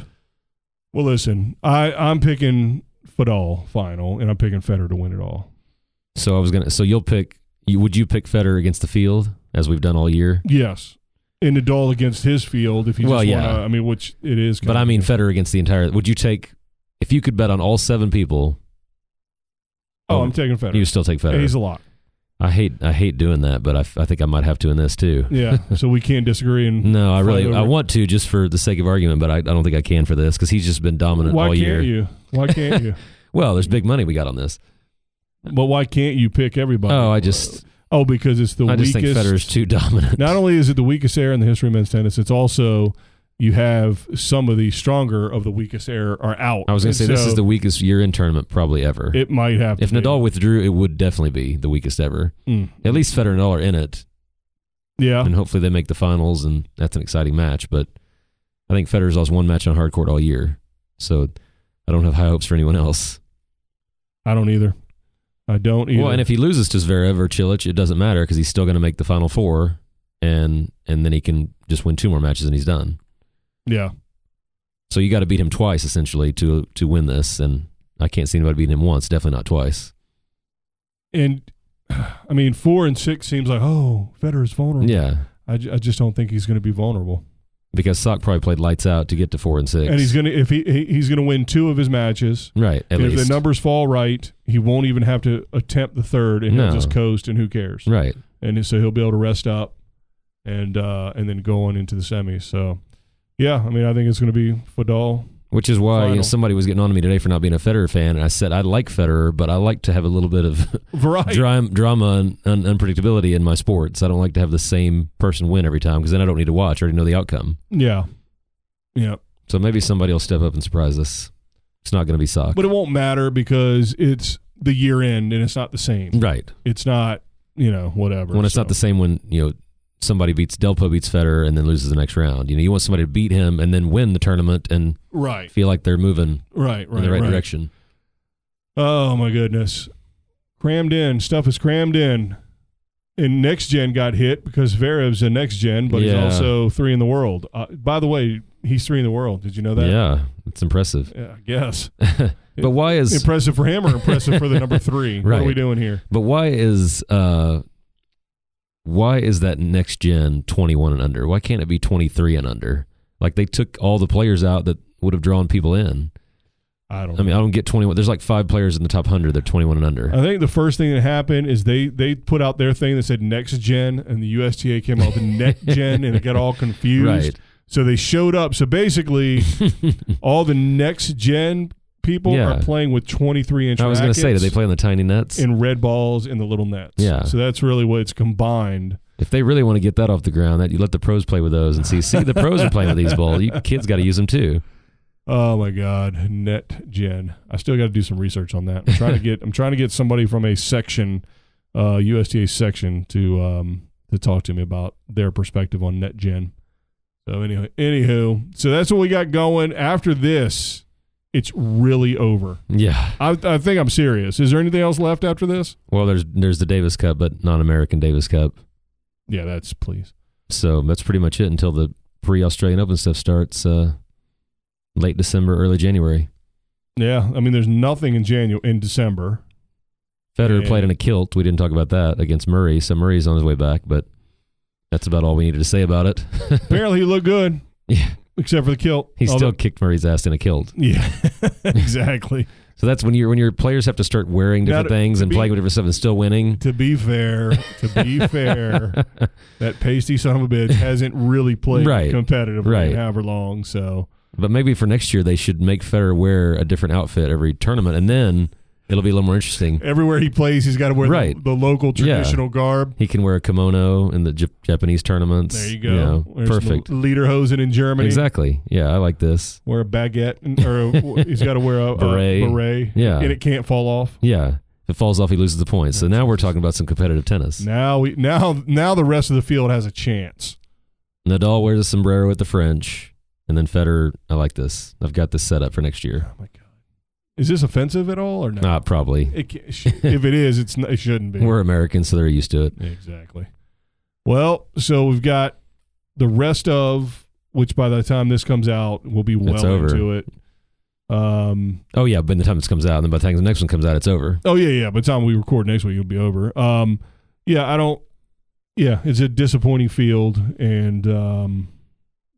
B: well, listen, I I'm picking Fedal final, and I'm picking Federer to win it all.
C: So I was gonna. So you'll pick. You, would you pick Federer against the field as we've done all year?
B: Yes. And Nadal against his field, if you
C: Well,
B: just
C: yeah.
B: want to, I mean, which it is.
C: But I mean Federer against the entire. Would you take if you could bet on all seven people?
B: oh, I'm taking Federer.
C: You would still take
B: Yeah, He's
C: Federer.
B: a lot.
C: I hate. I hate doing that, but I, f- I think I might have to in this too. <laughs>
B: Yeah. so we can't disagree. And
C: No, I
B: Fight
C: really. I
B: over.
C: want to just for the sake of argument, but I, I don't think I can for this because he's just been dominant
B: why
C: all
B: can't
C: year.
B: you? Why can't
C: <laughs>
B: you?
C: Well, there's big money we got on this.
B: but why can't you pick everybody?
C: Oh, I just
B: oh, because it's the
C: I just
B: weakest.
C: think Federer's too dominant.
B: not only is it the weakest air in the history of men's tennis, it's also you have some of the stronger of the weakest air are out.
C: <laughs> I was going
B: And
C: to say this
B: so
C: is the weakest year-end tournament probably ever.
B: It might have to
C: if
B: be.
C: Nadal withdrew, it would definitely be the weakest ever.
B: Mm.
C: At least Federer and Nadal are in it,
B: yeah,
C: and hopefully they make the finals, and that's an exciting match. But I think Federer's lost one match on hard court all year, so I don't have high hopes for anyone else.
B: I don't either. I don't either.
C: Well, and if he loses to Zverev or Chilich, it doesn't matter because he's still going to make the final four, and and then he can just win two more matches and he's done.
B: yeah,
C: So you got to beat him twice essentially to to win this, and I can't see anybody beating him once. Definitely not twice.
B: and <sighs> I mean four and six seems like oh Federer's vulnerable.
C: Yeah,
B: I, ju- I just don't think he's going to be vulnerable.
C: because Sock probably played lights out to get to four and six.
B: And he's going to if he he- he's going to win two of his matches.
C: right at
B: if
C: least
B: the numbers fall right, he won't even have to attempt the third, and
C: No.
B: he'll just coast, and who cares?
C: right.
B: And so he'll be able to rest up, and uh, and then go on into the semis. So, yeah, I mean, I think it's going to be Fadal.
C: Which is why you know,
B: Final.
C: somebody was getting on to me today for not being a Federer fan, and I said I like Federer, but I like to have a little bit of <laughs>
B: Variety.
C: drama, drama and un- unpredictability in my sports. I don't like to have the same person win every time because then I don't need to watch. I already know the outcome.
B: Yeah, yeah,
C: So maybe somebody will step up and surprise us. It's not going to be Sock,
B: but it won't matter because it's the year end, and it's not the same.
C: right?
B: It's not you know whatever.
C: When it's
B: so.
C: not the same when you know somebody beats Delpo beats Federer and then loses the next round. You know you want somebody to beat him and then win the tournament and
B: right,
C: feel like they're moving
B: right, right,
C: in the right,
B: right.
C: direction.
B: Oh my goodness. Crammed in. Stuff is crammed in. And next gen got hit because Verev's a next gen, but
C: Yeah.
B: he's also three in the world. Uh, by the way, he's three in the world. Did you know that?
C: yeah, it's impressive.
B: Yeah, I guess.
C: But why is
B: Impressive for him or impressive for the
C: <laughs>
B: number three? What
C: Right.
B: are we doing here?
C: But why is uh why is that next gen 21 and under? Why can't it be 23 and under? Like they took all the players out that would have drawn people in.
B: I don't.
C: I mean, I don't get 21. There's like five players in the top 100. They're 21 and under.
B: I think the first thing that happened is they they put out their thing that said next gen, and the USTA came out with
C: <laughs>
B: next gen, and it got all confused.
C: Right.
B: So they showed up. So
C: <laughs>
B: basically, all the next gen people
C: Yeah.
B: are playing with 23 inch.
C: I was going to say, do
B: rackets
C: they play in the tiny nets?
B: in red balls in the little nets?
C: Yeah.
B: So that's really what it's combined.
C: if they really want to get that off the ground, that you let the pros play with those and see. See, the pros are playing with these balls. You kids got to use them too.
B: Oh my God, net gen. I still got to do some research on that. I'm
C: <laughs>
B: trying to get I'm trying to get somebody from a section, uh, USDA section, to um, to talk to me about their perspective on net gen. So anyway, anywho, so that's what we got going. After this, it's really over.
C: Yeah.
B: I, I think I'm serious. Is there anything else left after this?
C: Well, there's there's the Davis Cup, but non-American Davis Cup.
B: Yeah, that's please.
C: So that's pretty much it until the pre-Australian Open stuff starts uh, late December, early January.
B: Yeah, I mean, there's nothing in January in December.
C: Federer
B: Yeah.
C: played in a kilt. We didn't talk about that against Murray. So Murray's on his way back, but that's about all we needed to say about it.
B: Apparently, he looked good.
C: Yeah.
B: except for the kilt.
C: <laughs> he still
B: Although-
C: kicked Murray's ass in a kilt.
B: <laughs> Yeah, exactly.
C: So that's when you when your players have to start wearing
B: Now
C: different
B: to-
C: things
B: to
C: and
B: be-
C: playing with different stuff and still winning.
B: To be fair, <laughs> to be
C: <laughs>
B: fair, that pasty son of a bitch hasn't really played
C: Right.
B: competitively
C: Right.
B: in however long. So
C: But maybe for next year they should make Federer wear a different outfit every tournament, and then it'll be a little more interesting.
B: everywhere he plays, he's got to wear the-
C: Right.
B: the, local
C: Yeah.
B: traditional garb.
C: He can wear a kimono in the J- Japanese tournaments.
B: There you go.
C: know,
B: Wear some
C: perfect.
B: Lederhosen in Germany.
C: Exactly. Yeah, I like this.
B: Wear a baguette, and, or a, he's got to wear a a
C: Beret.
B: beret.
C: Yeah.
B: and it can't fall off.
C: Yeah. If it falls off, he loses the points. So now we're talking about some competitive tennis.
B: Now we now now the rest of the field has a chance.
C: Nadal wears a sombrero at the French, and then Federer. I like this. I've got this set up for next year.
B: Oh my god, is this offensive at all or not?
C: Ah, probably.
B: It can't, sh- if it is, it's n- it shouldn't be.
C: We're Americans, so they're used to it.
B: Exactly. Well, so we've got the rest of which by the time this comes out will be well
C: It's over.
B: into it. Um
C: Oh yeah, by the time this comes out, and then by the time the next one comes out, it's over.
B: oh yeah, yeah, by the time we record next week it'll be over. Um yeah, I don't yeah, it's a disappointing field and um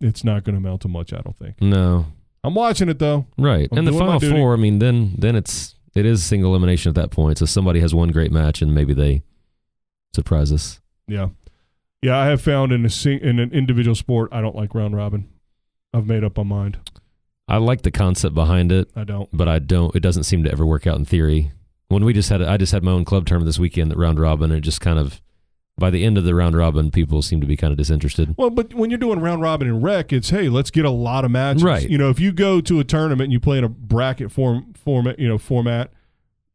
B: it's not going to amount to much, I don't think.
C: No,
B: I'm watching it though.
C: Right.
B: I'm
C: and the
B: doing my
C: final
B: duty.
C: four, I mean, then then it's it is single elimination at that point. So somebody has one great match and maybe they surprise us.
B: Yeah. Yeah, I have found in a sing- in an individual sport I don't like round robin. I've made up my mind.
C: I like the concept behind it,
B: I don't.
C: but I don't it doesn't seem to ever work out in theory. When we just had I just had my own club tournament this weekend at round robin and it just kind of by the end of the round robin people seem to be kind of disinterested.
B: Well, but when you're doing round robin and rec, it's hey, let's get a lot of matches.
C: Right.
B: You know, if you go to a tournament and you play in a bracket form format, you know, format,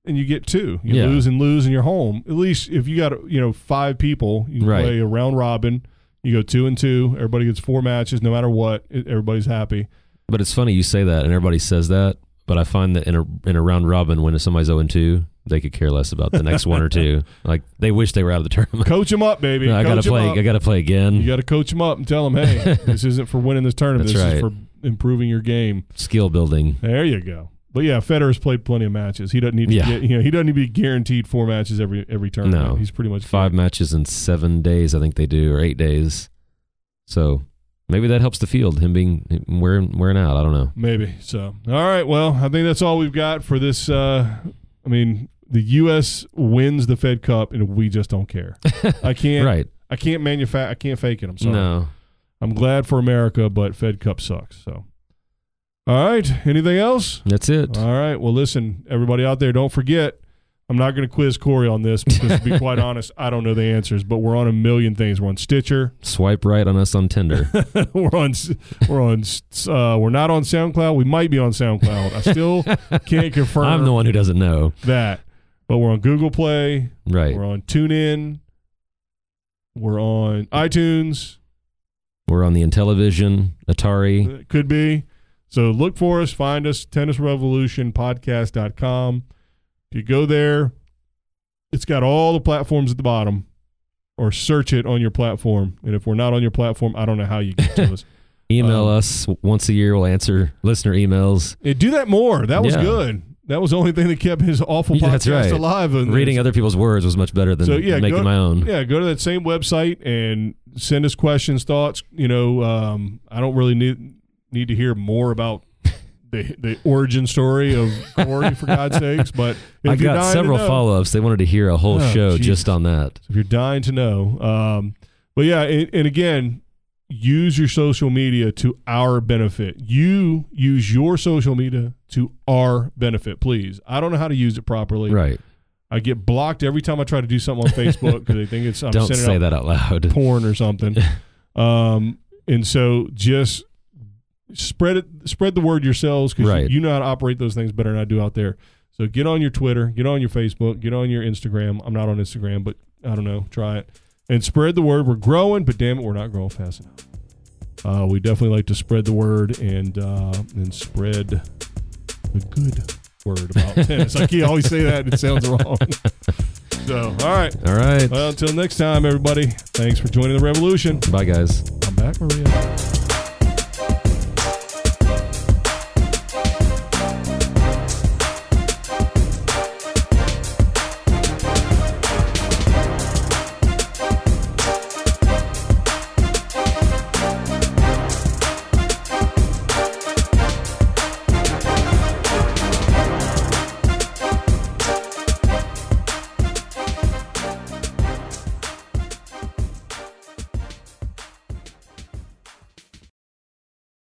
B: and you get two, you
C: Yeah.
B: lose and lose, and you're home. At least if you got you know five people, you
C: Right.
B: play a round robin. You go two and two. Everybody gets four matches, no matter what. e- Everybody's happy.
C: But it's funny you say that and everybody says that, but I find that in a in a round robin when somebody's 0 and 2, they could care less about the next one
B: <laughs>
C: or two. Like they wish they were out of the tournament.
B: Coach them up, baby.
C: <laughs> I
B: Coach
C: gotta
B: 'em
C: play.
B: up.
C: I gotta play again.
B: you got to coach them up and tell them,
C: <laughs>
B: hey, this isn't for winning this tournament.
C: Mm. That's
B: this is
C: right.
B: for improving your game.
C: skill building.
B: There you go. But yeah, Federer's played plenty of matches. He doesn't need to
C: Yeah.
B: get, you know, he doesn't need to be guaranteed four matches every every tournament.
C: No.
B: He's pretty much
C: Five matches in seven days, I think they do, or eight days. So maybe that helps the field. Him being him wearing wearing out. I don't know.
B: maybe. So all right, well, I think that's all we've got for this uh I mean, the US wins the Fed Cup and we just don't care. <laughs> I can't
C: Right?
B: I can't manufacture I can't fake it. I'm sorry.
C: No.
B: I'm glad for America, but Fed Cup sucks. So all right. Anything else?
C: That's it.
B: All right. Well, listen, everybody out there, don't forget. I'm not going to quiz Corey on this because, to be
C: <laughs>
B: quite honest, I don't know the answers. But we're on a million things. We're on Stitcher. <laughs>
C: Swipe right on us on Tinder.
B: we're on. s- We're on. s- Uh, we're not on SoundCloud. We might be on SoundCloud. I
C: <laughs>
B: still can't confirm
C: I'm the one who doesn't know.
B: that. But we're on Google Play.
C: Right.
B: We're on TuneIn. We're on iTunes.
C: We're on the Intellivision, Atari.
B: It could be. So look for us, find us, tennisrevolutionpodcast.com. If you go there, it's got all the platforms at the bottom, or search it on your platform. And if we're not on your platform, I don't know how you get to
C: <laughs>
B: us.
C: Email
B: Um,
C: us once a year. We'll answer listener emails.
B: Hey, do that more. That was
C: Yeah.
B: good. That was the only thing that kept his awful podcast
C: <laughs> That's right.
B: alive. And
C: Reading other people's words was much better than
B: So, yeah,
C: making
B: go-
C: my own.
B: Yeah, go to that same website and send us questions, thoughts. You know, um, I don't really need need to hear more about <laughs> the the origin story of Corey for God's sakes. But if
C: I
B: you're
C: got
B: dying
C: several
B: to know,
C: follow ups. They wanted to hear a whole
B: Oh,
C: show
B: jeez.
C: just on that.
B: if you're dying to know, um, but yeah, and, and again, use your social media to our benefit. You use your social media to our benefit, please. I don't know how to use it properly.
C: Right.
B: I get blocked every time I try to do something on Facebook because they think it's I'm
C: Don't
B: sending
C: say
B: out
C: that out loud.
B: porn or something. um, and so just spread it, spread the word yourselves because
C: Right.
B: you, know how to operate those things better than I do out there. So get on your Twitter, get on your Facebook, get on your Instagram. I'm not on Instagram, but I don't know, try it and spread the word. We're growing, but damn it, we're not growing fast enough. Uh, we definitely like to spread the word and uh, and spread the good Oh, word about tennis. I can't always say that; it sounds wrong. so, all right.
C: <laughs> All right.
B: Well, until next time, everybody. Thanks for joining the revolution.
C: Bye, guys.
B: I'm back, Maria.